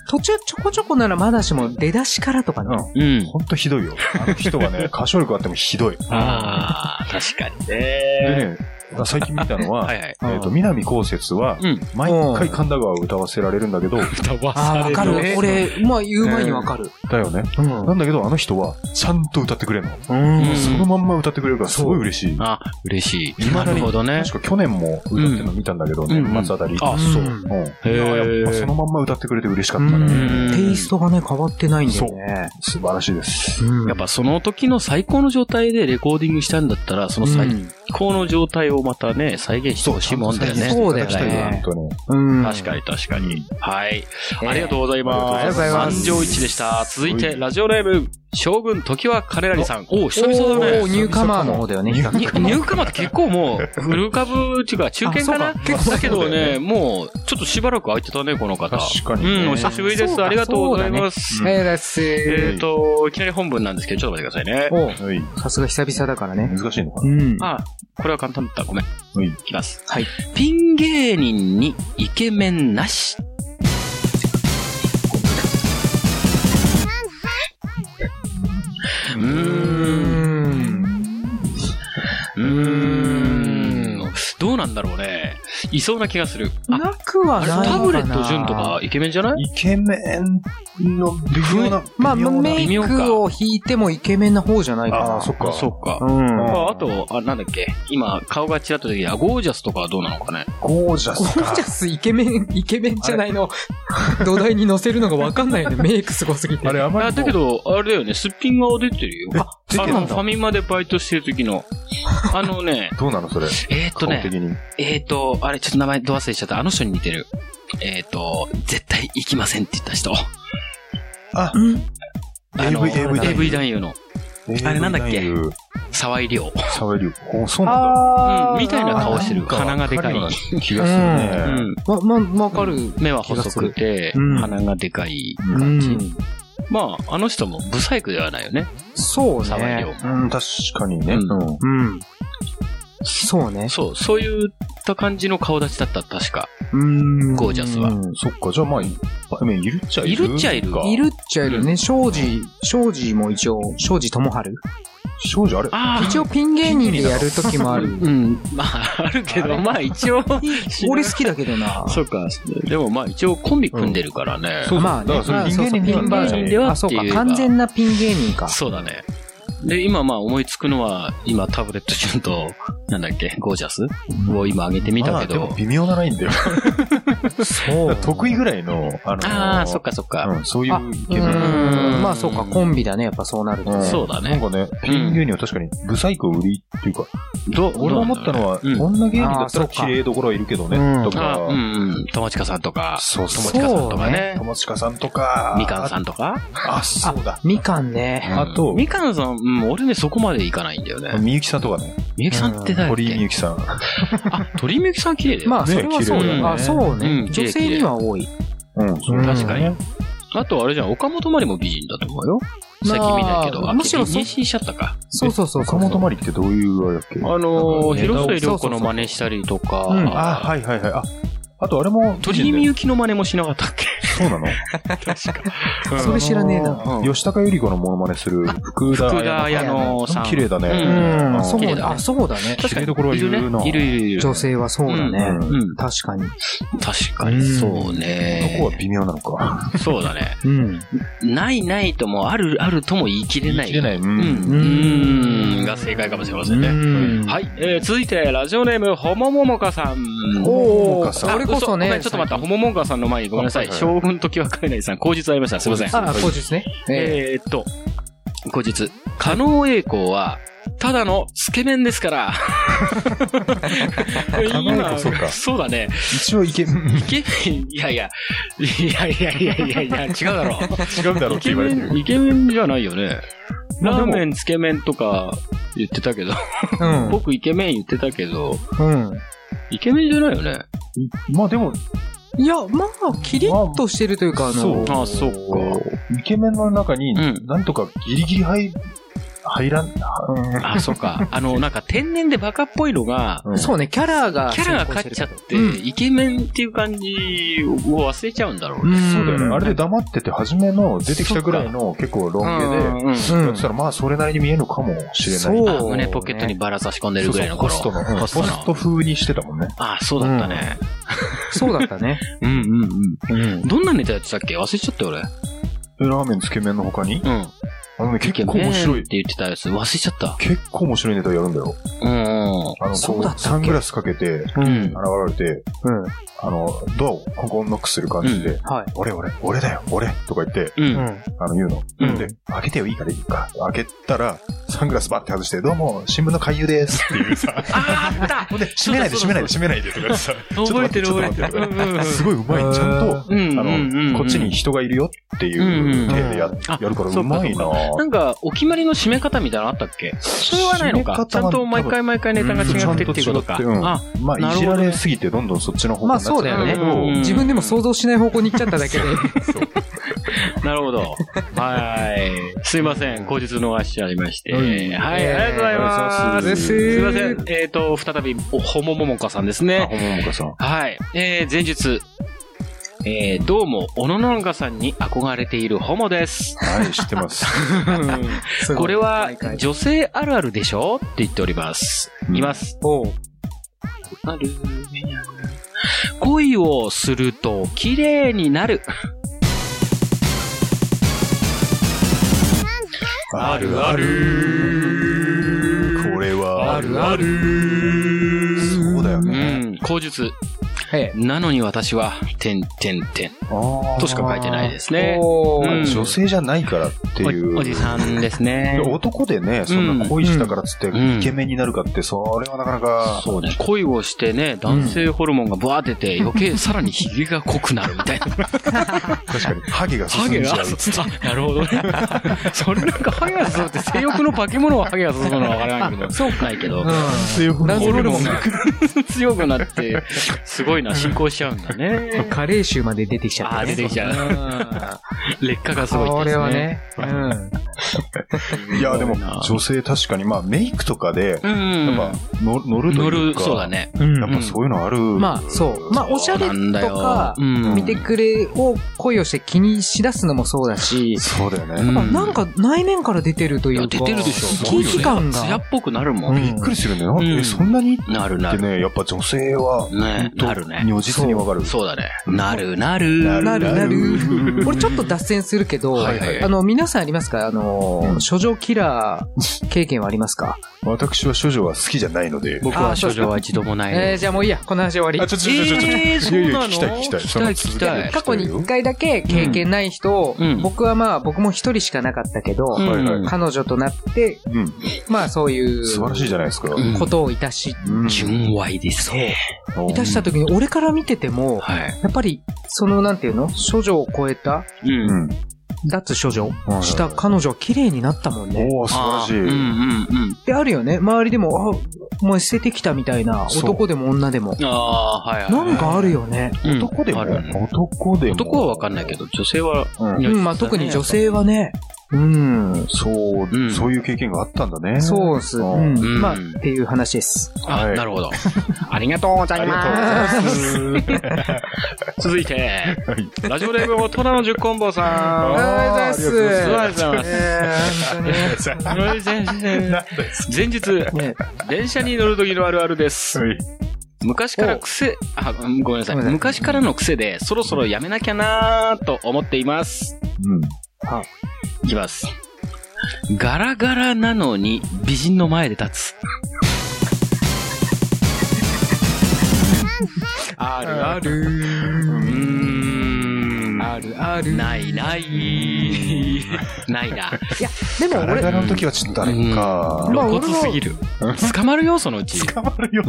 S3: 途中ちょこちょこならまだしも出だしからとか
S4: う
S3: ね。
S4: ん。
S6: うん。
S4: ほんとひどいよ。あの人は ね、歌唱力あってもひどい。
S6: ああ、確かに
S4: で
S6: ね。
S4: ね、最近見たのは、
S6: はいはい。
S4: えっと、南こうせつは
S6: うん、
S4: 毎回神田川を歌わせられるんだけど、
S6: 歌わ
S3: ああ、わかる。
S4: ね
S3: 俺、まあ言う前にわかる。
S4: だよね。
S3: うん
S4: なんだけど、あの人は、ちゃんと歌ってくれるの。
S3: うん。
S4: そのまんま歌ってくれるから、すごい嬉しい。
S6: あ、嬉しい。
S4: 未
S6: な
S4: だに
S6: るほどね。
S4: 確か去年も歌ってるの見たんだけどね、
S6: うん
S4: 松あたり。
S6: あ、そう。うん
S4: うん。いや、やっぱそのまんま歌ってくれて嬉しかった
S3: うん
S4: ね。
S3: テイストがね、変わってないんだよね。
S4: 素晴らしいです。
S3: うん
S6: やっぱその時の最高の状態でレコーディングしたんだったら、その最高の状態をまたね、再現してほしいもんだよね。
S3: そうだよ
S4: 期待
S3: ね
S4: だよ本
S3: うん
S6: 確かに確かに。はい。
S3: え
S6: ありがとうございます。
S4: ありがとうございます
S6: 満場一致でした。続いて、ラジオネーム、将軍時は金成さん。おお、久々だ
S3: おー
S6: ね。
S3: ニューカマーの方だよね。比較
S6: ニ
S3: 的
S6: ュニューカマって結構もう、 古株っていうか中堅かな
S3: あそうか
S6: だけどね、もう、ちょっとしばらく空いてたね、この方。
S4: 確かにね
S6: うん、お久しぶりで
S3: そう
S6: す。
S3: か
S6: ありがとうございます。
S4: そうだ
S3: えーだっす。
S6: えっと、いきなり本文なんですけど、ちょっと待ってください
S3: お
S6: ね。
S4: 当に。
S3: さすが久々だからね。
S4: はい。難しいのか
S3: うん。
S6: あ、これは簡単だった。ごめん。
S4: はい
S6: いきます。
S3: はい。
S6: ピン芸人にイケメンなし。うー
S3: う
S6: ん。
S3: ん。
S6: うーん。どうなんだろうね。いそうな気がする。あ、
S3: なくはな
S6: あれ
S3: いかな。
S6: タブレット純とかイケメンじゃない
S4: イケメンの微妙な。
S3: まあ、
S4: 微妙な
S3: メイクを引いてもイケメンな方じゃないかな。
S4: あーそっか。
S6: あそうか。
S3: うん。
S6: ああと、あ、なんだっけ今、顔がちらっと出てきた。あゴージャスとかはどうなのかね。
S4: ゴージャ
S3: ゴ
S4: ス
S3: ー
S4: か
S3: ジャ。スイケメン、イケメンじゃないの。土台に乗せるのがわかんないよね。メイクすごすぎて。
S4: あれ、あま
S6: あ、
S4: り
S6: だけど、あれだよね、すっぴん顔出てるよ。あ、
S4: 出てるんだ
S6: の、ファミマでバイトしてる時の。あのね、
S4: どうなのそれ。
S6: えーっと
S4: 顔
S6: ね
S4: 的、に。
S6: えーっと、あれ、ちょっと名前ど忘れしちゃった。あの人に似てる。えーっと、絶対行きませんって言った人。
S4: あ
S3: うん
S6: あの
S4: AV 男優
S6: AV 男優のあれなんだっけ沢井亮。
S4: 沢井お、そうなんだ。
S3: あ
S6: う
S3: ー
S6: ん、みたいな顔してる。
S4: なんか
S6: 鼻がでかい。
S4: わ
S6: う
S4: るような気がするね。
S6: ん。
S3: ま、ま、わかる。
S6: 目は細くて、
S3: うん
S6: 鼻がでかい。
S3: うん。
S6: まあ、あの人も不細工ではないよね。
S3: そう
S6: 沢井亮
S3: ね。。
S4: うん、確かにね。う
S6: う
S4: んん。
S3: うん。そうね。
S6: そう、そういった感じの顔立ちだった、確か。
S3: うん。
S6: ゴージャスは
S4: そっか、じゃあまあ、いっぱいいるっちゃい
S6: い
S4: る。
S6: るっちゃいる
S4: か
S3: いるっちゃいるね。庄司、庄司も一応、庄司智春。
S4: 少女、あれ
S6: あ
S3: 一応ピン芸人でやるときもある。
S6: うん、まあ、あるけど、まあ一応、
S3: 俺好きだけどな。
S6: そうか。でもまあ一応コンビ組んでるからね。
S4: そう
S3: まあね
S4: だからそれ
S3: まあ
S4: ピン芸人
S6: バージョンでは
S3: あ、そう
S6: っ
S3: か
S6: てい。うか
S3: 完全なピン芸人か。
S6: そうだね。で、今まあ思いつくのは、今タブレット順と、なんだっけ、ゴージャスを今上げてみたけ
S4: まあで
S6: ど
S4: も。微妙なラインだよ。
S3: そう
S4: 得意ぐらいの、あのー、
S6: ああ、そっかそっか。
S4: うん、そうい
S3: あ
S4: う意見
S6: ん
S3: うんまあそうか、コンビだね。やっぱそうなると
S4: ん
S3: ね。
S6: そうだ
S4: なん
S6: ね。
S4: かね、ピン芸人は確かに、ブサイクを売りっていうか、
S6: どう
S4: 俺が思ったのは、
S6: うん
S4: 女芸人だった
S3: あーそう
S4: ら
S3: か
S4: 綺麗どころはいるけどね
S3: うん、
S4: と
S6: あ
S4: か、
S6: うんうん。友近さんとか、
S4: そう
S6: 友
S4: そう
S6: 近さんとかね。
S4: 友近さんとか、
S6: みかんさんとか。
S4: あ、そうだ。
S3: みかんね。
S4: あと、
S6: みかんさん、うん、俺ね、そこまでいかないんだよね。
S4: みゆきさんとかね、
S6: みゆきさんって誰だっ
S4: 堀井み
S6: け
S4: ゆきさん。
S6: あ、鳥みゆきさん綺麗だよ。
S3: まあ、それはそうだ
S6: ね綺麗だよ
S3: ね。
S6: ね
S3: あ、そう
S6: うん
S3: ね。
S6: 綺麗
S3: 女性には多い。
S4: うん、そう
S6: 確かに。あとあれじゃん、岡本まりも美人だと思うよ。最近見ないけど。
S3: まあ
S6: あ
S3: むしろそ
S6: 妊娠しちゃったか。
S3: そうそうそう。
S4: 岡本まりってどういうあれだっけ
S6: あのー、
S4: なんかね
S6: 広末涼子の真似したりとか、
S3: うん
S4: あ、はいはいはい。あ、あとあれも、
S6: 鳥居みゆきの真似もしなかったっけ
S4: そうなの
S3: それ知らねえな。
S4: うん吉高由里子のモノマネする福田
S6: 福田綾乃さん。
S4: 綺麗だね。
S6: うん
S4: あ
S3: うん、
S4: ー
S3: そう
S6: 綺麗だ
S3: だ、
S6: ね
S3: あ、そうだね。
S6: 確か
S4: 綺麗
S6: に。
S4: どころはい
S6: いる
S4: るな
S6: ね。いるいるいる。
S3: 女性はそうだね。
S4: うん
S6: うん。
S3: 確かに。
S6: 確かにそうね。
S4: ここは微妙なのか。
S6: そうだね。
S3: うん。
S6: ないないとも、あるあるとも言い切れない。
S4: 切れない。う。
S6: うんん。うん。が正解かもしれませんね。
S3: うん
S6: はい。えー続いて、ラジオネーム、ほもももかさん。
S3: お
S4: か
S3: ー、
S4: さ
S3: それこそ
S6: 嘘ごめ
S3: ね。
S6: んちょっと待った。ほもももかさんの前にごめんなさい。
S4: あはい
S6: 将軍時は海内さん、口実ありました。すいません。
S3: あ、口述ね。え
S6: えーっと、後日、加納栄光は、ただのスケメンで すから。
S4: 加納栄光そうか
S6: そうだね。
S4: 一応いけ、違う
S6: イケメン、いやいや、いやいやいやいや いや、違うだろう。
S4: だろう
S6: イ
S4: って
S6: ケ
S4: 言わ
S6: メ
S4: れてる。
S6: ン、イケメンじゃないよね。
S4: まあ
S6: ラ
S4: で
S6: ー
S4: も
S6: メン、つけ麺とか言ってたけど、
S3: うん。
S6: 僕イケメン言ってたけど、
S3: うん。
S6: イケメンじゃないよね。
S4: まあでも、
S3: いや、まあ、キリッとしてるというか、あ
S4: そ
S3: の
S4: う、
S6: あ、そっか。
S4: イケメンの中に
S6: うん、
S4: なんとかギリギリ入、入らん、うん
S6: あ、そっか。あの、なんか天然でバカっぽいのが、
S4: うん
S3: そうね、キャラが。
S6: キャラが勝っちゃって、
S3: うん
S6: イケメンっていう感じを忘れちゃうんだろうね。
S4: そうだよね。あれで
S3: だ。
S4: 黙ってて、初めの出てきたぐらいの結構ロン毛で、
S6: うん
S4: やってたらまあそれなりに見えるのかもしれない。
S3: そう
S6: あ胸ポケットにバラ差し込んで
S4: そう
S6: るぐ
S4: そ
S6: ら
S4: う
S6: いの
S4: ホ
S6: 頃。
S4: ストの、うんホ
S6: ホストの
S4: スト風にしてたもんね。
S6: あ、そうだったね。
S3: そうだったね。
S6: うんうんうん。どんなネタやってたっけ忘れちゃったよ、俺。
S4: えラーメンつけ麺の他に
S6: うん。
S4: あのね、結構面白
S6: っ
S4: い
S6: て。言ってたやつ、忘れちゃった。
S4: 結構面白いネタやるんだよ。
S6: うんうん。
S4: あの、
S3: そ
S4: こ
S3: うだったっ
S4: う、
S3: け
S4: サングラスかけて、現
S6: うん。
S4: れて、
S3: うん。
S4: あの、ドアをコンコンノックする感じで、
S3: はい。
S4: 俺俺、俺だよ、俺とか言って、
S3: う
S6: う。
S3: んん。
S4: あの、言うの。
S6: うん
S4: で、開けてよ、いいからいいから。開けたら、サングラスバッて外して、どうも、新聞の勧誘ですっていうさ、
S6: あーあった
S4: ほんで、閉めないで、閉めないで、閉めないでとか言ってさ、ちょっと
S6: 覚え
S4: 待
S6: て
S4: って
S6: る
S4: ちょっと
S6: 覚え
S4: 待
S6: て
S4: ってとか言って
S6: る。
S4: すごいうまい、ちゃんと、
S6: うんうん
S4: あ
S6: うんうんうん
S4: の、こっちに人がいるよっていう手でや
S6: うんうん
S4: やるからうまいな
S6: あ
S4: ぁ
S6: なんか、お決まりの締め方みたいなのあったっけそれはないの
S4: 締め方
S6: か
S4: は
S6: ちゃんと毎回毎回ネタが違
S4: ちゃん
S6: って
S4: と
S6: っていうことか。
S4: 違ってうん
S6: あ、
S4: ま
S6: な
S4: あ、い
S6: るほ
S4: じ
S6: ど
S4: ら
S6: ね
S4: れすぎて、どんどんそっちの方向に
S3: まあ
S4: なっちゃったんだけど、
S3: そうだよ
S6: ねうん
S3: 自分でも想像しない方向に行っちゃっただけで。
S6: なるほど。はい。すいません。口述のしちゃいまして。はい。ありがとうございま。
S4: ありがとうございますす
S6: すいません。えっ、と、再び、おほもももかさんです
S4: あ、
S6: ね。
S4: ほんまもかさん。
S6: はい。えー、前日。えー、どうも、おののんかさんに憧れているホモです。
S4: はい、知ってます。
S3: すごい
S6: これは
S3: 毎回
S6: 女性あるあるでしょって言っております。
S4: うん
S6: います。あるね恋をすると綺麗になる。
S4: あるある。これはあるある。そうだよ
S6: う
S4: ね。
S6: ん、口述。
S3: ええ
S6: なのに私は、てんてんてん。
S4: あー
S6: としか書いてないですね。
S3: お
S6: う
S3: ー
S6: ん
S4: 女性じゃないからっていう。
S6: おおじさんですね
S4: で。男でね、そんな恋したからっつって
S6: うん
S4: イケメンになるかって、それはなかなか、
S6: そうね。恋をしてね、男性ホルモンがブワー出 て、余計さらにヒゲが濃くなるみたいな。
S4: 確かに、ハゲが
S6: ハ
S4: 進
S6: ゲ
S4: んじゃ
S6: が
S4: う。
S6: あ、なるほどね。 それなんかハゲが進むって性欲の化け物はハゲが進むのはわからないけど。 そうないけど。
S3: うん。男性ホルモンが。
S6: 強くなって、すごいな、進行しちゃうんだね。
S3: 加齢臭まで出てきちゃった、
S6: あー出てきちゃう 劣化がすごい
S3: こ
S6: って
S3: れ
S6: やつ
S3: は。ね。うん。
S4: いや、でも
S6: すごいな、
S4: 女性確かに、まあ、メイクとかで
S6: う、ん。
S4: やっぱ、の乗ると
S6: 乗
S4: いう
S6: る、
S4: か、
S6: そうだ。ね。
S3: うん
S4: やっぱそういうのある。
S3: まあ、そう。まあ、おしゃれ
S6: そうなんだ
S3: と
S6: よ
S3: か、
S6: うん
S3: 見てくれを恋をして気にしだすのもそうだし、
S4: そうだよ
S6: う
S4: ね。
S6: ん
S3: やっぱなんか内面から出てると
S6: い
S3: い
S6: や、
S3: う
S6: 出
S3: か、
S6: てるでしょ。すご
S3: 空
S6: いよね
S3: 気感が。
S6: 艶っぽくなるも。
S3: うん
S4: びっくりするんだよ
S6: う。ん
S4: え、そんなにっ
S6: なるな
S4: て
S6: る。
S4: ね、やっぱ女性は、
S6: ねなるね。
S4: 如実にわかる。
S6: そうだね。なるなる。
S3: なるなる。俺ちょっと脱線するけど、
S6: はいはいはい
S3: あの、皆さんありますかあのー、処女キラー経験はありますか
S4: 私は処女は好きじゃないので。
S6: 僕は少女は一度もない
S3: えー、
S6: で
S3: じゃあもういいや、この話終わり。
S4: あ、ちょちょちょちょちょ。
S6: えー
S4: いやいや
S6: そうなの
S4: 聞きたい聞きたい。
S6: 聞きたい
S4: その続き
S6: 聞きたい
S3: 過去に一回だけ経験ない人、
S6: うん
S3: 僕はまあ、僕も一人しかなかったけど、
S6: うん
S4: はいはい
S3: 彼女となって、
S4: うん。
S3: まあそういう
S4: 素晴らしいじゃないですか。
S6: ん
S3: ことをいたし、
S4: うん
S6: す。純愛ですね。
S3: いたした時に俺から見てても、
S6: はい。
S3: やっぱり、そのなんていうの処女を超えた、
S6: う。
S4: うんん。
S3: 脱処女
S4: いはい
S3: した彼女は綺麗になったもんね。
S4: おー、素晴らし
S6: うんう
S4: い。
S6: んうん。
S3: であるよね。周りでも、あ、お前捨ててきたみたいな、
S4: そう
S3: 男でも女でも。
S6: ああ、はいはい。
S3: なんかあるよね。
S6: うん
S4: 男でも
S6: あるね
S4: 男でも
S6: 男はわかんないけど、女性は、
S4: うん
S6: いや
S3: うん、まあ特に女性はね、
S4: うん、そう、
S6: うん
S4: そういう経験があったんだね。
S3: そうっす。う
S4: うん
S3: ん。
S6: うん
S3: まあ、っていう話です。
S6: あ、
S4: はい
S6: なるほど。ありがとうござい
S4: あ
S6: ます。続いて、 ラジオネーム大人の十コンボ
S4: あ
S6: さん。
S4: ー
S3: ありがとうございます
S6: ありがとうございます
S3: えー本当にね
S6: 前日、
S3: ね
S6: 電車に乗る時のあるあるです。
S4: はい
S6: 昔から癖、あ、うんごめんなさい。
S3: ごめんなさい
S6: 昔からの癖で、そろそろやめなきゃなーと思っています。
S4: うん。
S6: いきます。ガラガラなのに美人の前で立つ。あるある。うーん。
S3: あるある。
S6: ないない。ないな。
S3: いや、でも
S4: ガラ
S3: 俺、
S4: ガラの時はちょっとあれか。
S3: まあ
S6: 露骨すぎる。捕まる要素のうち。
S4: 捕まるよ。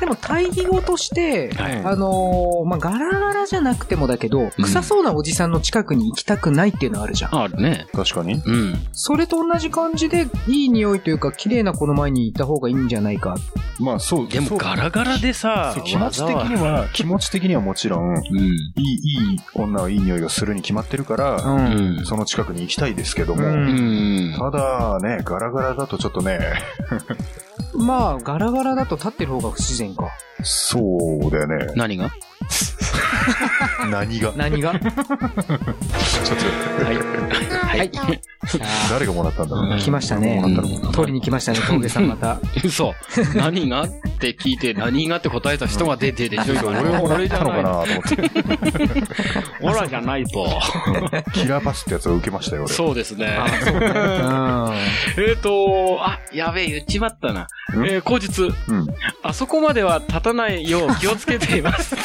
S3: でも対義語として、
S6: はい
S3: あのー、まあ、ガラガラじゃなくてもだけど、臭そうなおじさんの近くに行きたくないっていうのはあるじゃん。
S6: あるね。
S4: 確かに。
S6: うん。
S3: それと同じ感じで、いい匂いというか、綺麗な子の前に行った方がいいんじゃないか。。
S4: まあそう。
S6: で
S4: そ
S6: も
S4: う
S6: ガラガラでさ
S4: そう、気持ち的には、気持ち的にはもちろん、い
S6: うん。
S4: い、いい女はいい匂いをするに決まってるから、
S6: うんん。
S4: その近くに行きたいですけども、
S3: うん
S6: うん。
S4: ただね、ガラガラだとちょっとね、
S3: まあ、ガラガラだと立ってる方が不自然か。
S4: そうだよね。
S6: 何が
S4: 何が
S3: 何が
S4: ちょっと、
S6: はい。
S4: 誰がもらったんだろう ね。
S3: 来ましたね
S4: もらったのかな。
S3: 取りに来ましたね、峠さんまた。
S6: 嘘。何がって聞いて、何がって答えた人が出てでしょ、今。
S4: 俺がもらっ
S6: じゃ
S4: たの
S6: な
S4: か
S6: い
S4: なと思って、
S6: オラじゃない と。
S4: キラーパスってやつを受けましたよ、俺。
S6: そうですね。
S3: う
S6: えーと、あ、やべえ、言っちまったな。
S4: ん
S6: えー、後日、
S4: うん。
S6: あそこまでは立たないよう気をつけています。
S3: ん。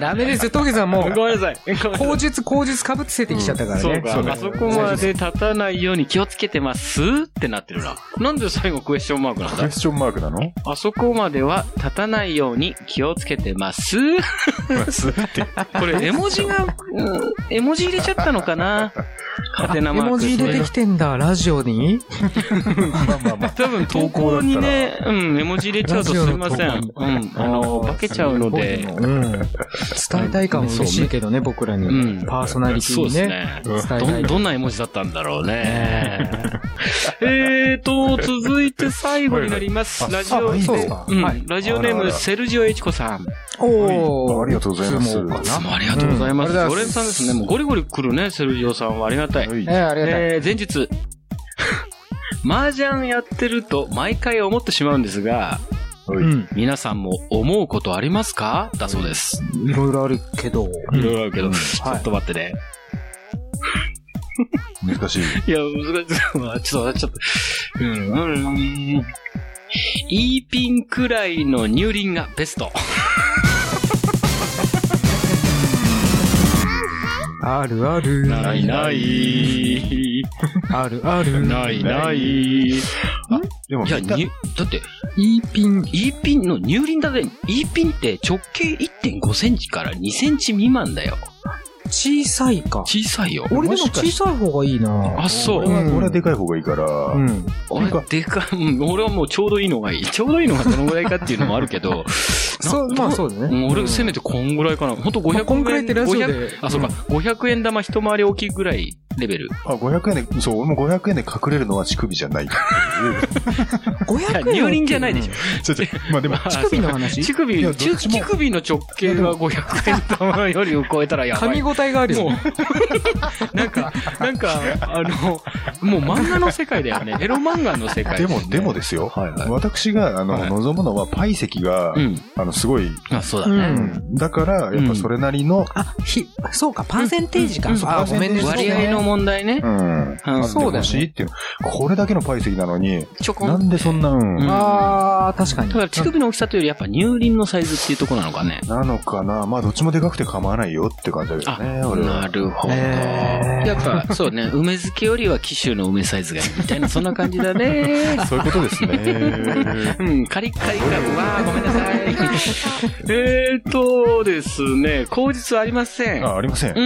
S3: ダメですよ、峠さんもう。
S6: ごめんなさい。ごめんなさい
S3: 口述、口述かぶってせてきちゃったからね。
S6: そう
S4: そう
S6: か。
S4: ね
S6: あそこまで立たないように気をつけてますってなってるな。なんで最後クエスチョンマークなん
S4: ク
S6: だ
S4: エスチョンマークなの
S6: あそこまでは立たないように気をつけてます。
S4: すって。
S6: これ、絵文字が、うん絵文字入れちゃったのかなはてな
S3: 絵
S6: マー
S3: 文
S6: ク。
S3: 字入れてきてんだ、ラジオに
S4: まあまあまあ。
S6: 多分投稿にね、うん、絵文字入れちゃうとすいません。
S3: ラジ
S6: うん、あの、化けちゃうので。
S3: うん。伝えたい感も嬉しいけどね、僕らに。
S6: うん
S3: パーソナリティ
S6: そう
S3: に
S6: です
S3: ね。
S6: ね。
S3: 伝えたい
S6: どん、
S3: 感
S6: どんな絵文字だったんだろうね。えーと、続いて最後になります。ラジオ、
S4: あ
S3: そうっすか
S6: うん
S3: はい
S6: ラジオネ
S4: あ
S6: ー
S4: ら
S6: ム、
S4: あら
S6: セルジオエチコさん。
S3: お
S4: ありがとうございます
S3: 相撲か
S6: いつもありがとうございます。
S3: うんありがとう
S6: ゴ
S3: ござ
S6: レ
S3: いま
S6: ン
S3: す
S6: さんですね。もうゴリゴリ来るね、セルジオさんは。ありがたい。
S4: はい
S3: ええありがたい。
S6: えー前日、 麻雀やってると毎回思ってしまうんですが、
S4: はい
S3: うん。
S6: 皆さんも思うことありますかだそうです。
S3: いろいろあるけど。
S6: いろいろあるけど、ちょっと待ってね。
S4: 難しい。
S6: いや、難しい。 ちょっと待って、ちょっと。うん、うん。E ピンくらいの乳輪がベスト。
S3: あるある。
S6: ないない。
S3: あるある。
S6: ないない。い
S4: でもみ
S6: や、
S4: んな、
S6: に、だって、
S3: いいピン。
S6: E ピンの乳輪だぜ。E ピンって直径1.5センチから2センチ未満だよ。
S3: 小さいか。
S6: 小さいよ。
S3: 俺でも小さい方がいいな
S6: あ、そう
S4: 俺。は
S3: うん
S4: 俺はでかい方がいいから、
S3: うん。
S6: 俺、でかい、うん俺はもうちょうどいいのがいい。ちょうどいいのがどのぐらいかっていうのもあるけど、
S3: そう、まあそうだ
S6: う
S3: ね。
S6: ん俺せめてこんぐらいかな。ほんと500円。
S3: まあこんぐらいってラジオで
S6: 500あ、そうか。500円玉一回り大きいぐらいレベル。
S4: あ、500円で、そう、俺も500円で隠れるのは乳首じゃないっていう。
S6: いや
S3: 500円。
S6: 乳輪じゃないでしょ。
S4: ちょっ と、まあでも、
S3: 乳首の話
S6: 乳
S4: いや
S6: 首、
S4: どっ
S6: 乳
S4: ちも
S6: 乳首の直径が500円玉より超えたらやばい。
S3: 噛み応えがあるよ
S6: も
S3: ね。
S6: う、なんか、なんか、あの、もう漫画の世界だよ ね。エロ漫画の世界
S4: でも、でも
S6: で。
S4: ですよ。
S6: はいはい
S4: 私が、あの、
S6: はい
S4: 望むのは、パイ石が、
S6: うん。
S4: あの、すごい、
S6: あ、そうだ
S3: う
S6: ね。
S3: ん。
S4: だから、やっぱそれなりの、
S3: あ、ひ、そうか、パーセンテージか。
S4: うんうん
S3: あ、ごめんね。
S4: パーセン
S6: 割
S4: テージ
S6: 合の問題ね
S4: う。ん、
S6: うん
S3: そうだよね
S4: 欲しいっていう。これだけのパイ石なのに、
S6: ちょこ。
S4: なんんでそんな、うん
S6: うん
S3: ああ、確かに
S6: だ。から乳首の大きさというよりやっぱ乳輪のサイズっていうところなのかね。
S4: なのかなまあ、どっちもでかくて構わないよって感じだけどね、俺は。
S6: なるほど。
S3: えー
S6: やっぱ、そうね、梅漬けよりは紀州の梅サイズがいいみたいな、そんな感じだね。
S4: そういうことです ね。
S6: うん、カリッカリか。うわー、ごめんなさい。えーとですね、口実ありません。
S4: あ、ありません。
S6: う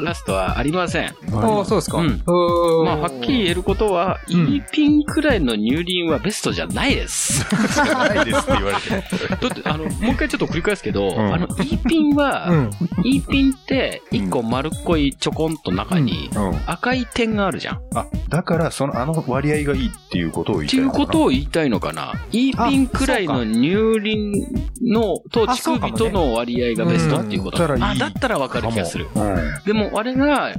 S6: ん、ラストはありません。
S3: ああ、そうですか。
S6: うん
S3: ん
S6: まあ、はっきり言えることは、
S3: うん
S6: E ピンくらいの乳輪はベストじゃないです。
S4: ないですって言われて。
S6: だって、あの、もう一回ちょっと繰り返すけど、
S4: ん
S6: あの、E ピン
S3: う
S6: は、
S3: ん。
S6: E ピンって、一個丸っこいちょこんと中に、
S4: うん。
S6: 赤い点があるじゃん。っ
S4: あ、だから、その、あの割合がいいっていうことを言い
S6: て
S4: たい
S6: いう
S4: のかな。
S6: ことを言いたいのかな ?E ピンくらいの乳輪の、と
S3: あ
S6: 乳
S3: そうか
S6: 首
S3: もね
S6: との割合がベストっていうこと
S4: うんだったら
S6: あ、
S4: いい
S6: だったらわかる気がする。
S4: うん。、
S6: でも、あれが、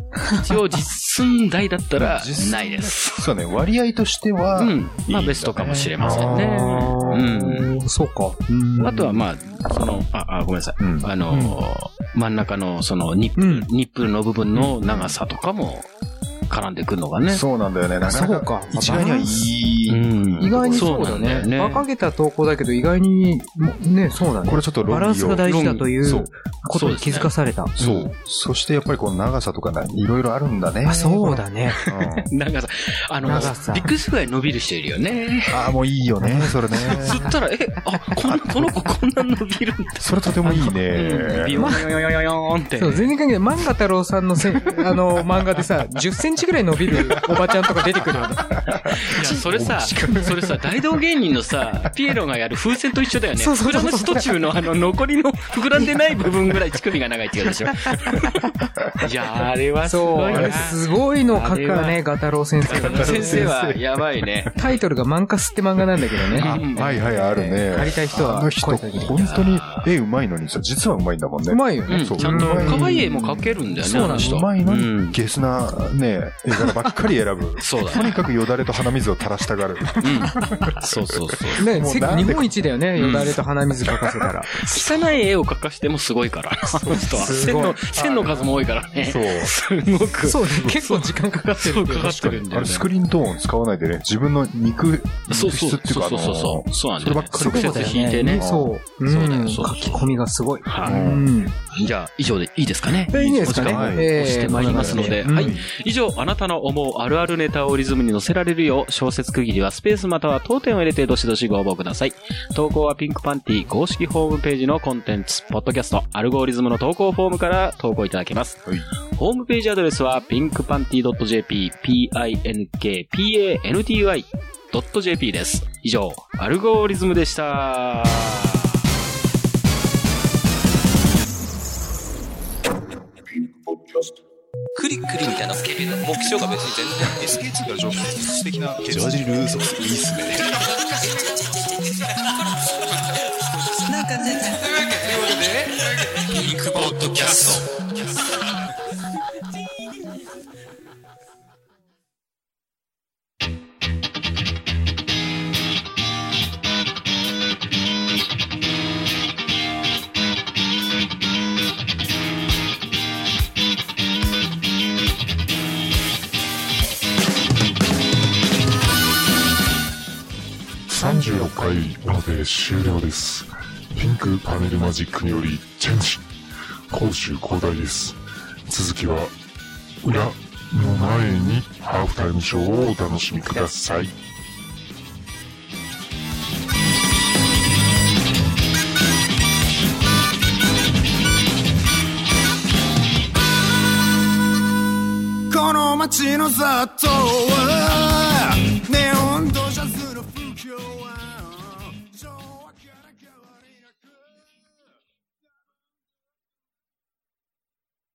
S6: 一応実寸大だったら
S4: 実寸
S6: な
S4: 大
S6: いです。
S4: そうね、割合としては、
S6: うん。まあ、
S4: いい
S6: ベストかもしれませんね。
S3: ね。うん。そうか。うん
S6: あとは、まあ、その、あ、あごめんなさい。
S4: うん
S6: あのー、真ん中の、その、ニップ、
S3: うん
S6: ニップルの部分の長さとかも、絡んでくるのがね。
S4: そうなんだよね、なか
S3: そ
S4: な
S3: う
S4: か
S3: か。
S4: 一概にはいい。
S6: ん
S3: 意外にそうだ
S6: なん
S3: ね。
S6: よ
S3: 馬鹿げた投稿だけど、意外に、もね、そうだね
S4: こ。れちょっと論議を
S3: バランスが大事だとい
S4: そうう。
S3: ことに気づかされた。
S4: そう。そしてやっぱりこの長さとかな、いろいろあるんだね。
S3: あ、そう。だね。
S4: うん、
S6: 長さ。あの
S3: 長さ、
S6: びっくりするぐらい伸びる人いる よね。
S4: ああ、もういいよね、それね。
S6: 吸ったら、え、あ、この、この子こんな伸びるんだ。
S4: それとてもいい
S6: うん、ビ
S4: ね。
S6: ヨンヨヨヨヨヨンって。
S3: そう、全然関係ない。漫画太郎さんのせ、あの、漫画でさ、10センチぐらい伸びるおばちゃんとか出てくるよね。
S6: いや、それさ、それさ、大道芸人のさ、ピエロがやる風船と一緒だよね。
S3: そうそう
S6: 膨
S3: そう
S6: らます途中のあの、残りの膨らんでない部分ぐらい乳首が長いって言うでしょ。いや、あれはす
S3: そう、
S6: ご
S3: あ
S6: いな
S3: れ。すごいの書くから
S6: あれ
S3: ね、ガタロウ先生がね。
S6: 先生は、やばいね。
S3: タイトルが漫画すって漫画なんだけど
S4: あ
S3: ね。
S4: はいはい、あるね。
S3: 借りたい人は
S4: あの人、
S3: 声かけて
S4: 本当に絵うまいのにさ、実はうまいんだもんね。
S3: うまいよ
S6: う
S3: ね。
S6: ん、ちゃんと、
S4: うまい
S6: 可愛い絵も描けるんだよね、
S3: そうなの
S6: あの人
S4: うまいの
S6: う
S4: に、
S6: ん
S4: ゲスなね、絵柄ばっかり選ぶ。
S6: そうだ
S4: と
S6: ね。
S4: にかくよだれと鼻水を垂らしたがる。
S6: うん。そうそうそう。
S3: ね、
S4: もう
S3: 世
S4: なん
S3: 界
S4: で
S3: 日本一だよね、
S6: う
S3: よ
S6: ん
S3: だれと鼻水書かせたら。
S6: 汚い絵を描かしてもすごいから、あの人は。
S3: す
S6: 線
S3: ごい
S6: の、線の数も多いからね。
S4: そう。
S6: すごく。
S3: そうね、結構時間かかってる
S6: そう、
S3: けど
S6: かかってるんだ
S4: あ
S6: よ
S4: れ
S6: ね。
S4: スクリーントーン使わないでね、自分の肉、
S6: そ
S4: 肉
S6: うそう
S4: 質っていうか、あ
S6: そうそう
S4: の
S6: そ、う。そうな
S4: そ
S6: んだ
S4: れ
S6: よ
S4: ば
S6: ね
S4: っ。かり
S6: 直接引いてね。
S3: そう。
S6: そうだよ
S3: ん
S6: そ
S3: 書
S6: うそう
S3: き込みがすごい。
S6: は
S3: う
S6: い
S3: ん。
S6: じゃあ、以上でいいですかね。
S3: いいですかね
S6: お時間を
S3: ええ
S6: 押してまいりますので、
S3: こんな
S6: は
S3: 感じ
S6: い。以上、あなたの思うあるあるネタをリズムに乗せられるよう、小説区切りはスペースまたは当店を入れてどしどしご応募ください。投稿はピンクパンティ公式ホームページのコンテンツ、ポッドキャスト、アルゴリズムの投稿フォームから投稿いただけます。
S4: はい
S6: ホームページアドレスは、pinkpanty.jp、p-i-n-k-p-a-n-t-y.jp です。以上、アルゴリズムでした。
S7: クリックリみたいなスケベな目標が別に全然
S4: SK2 から上手素敵なジョージ・ルーソーいいっすね
S7: なんかねというわけでピンクポッドキャスト
S8: 36回まで終了です。ピンクパネルマジックによりチェンジ。攻守交代です。続きは、裏の前にハーフタイムショーをお楽しみください。
S2: この街の雑踏はネオンとジャズの不況は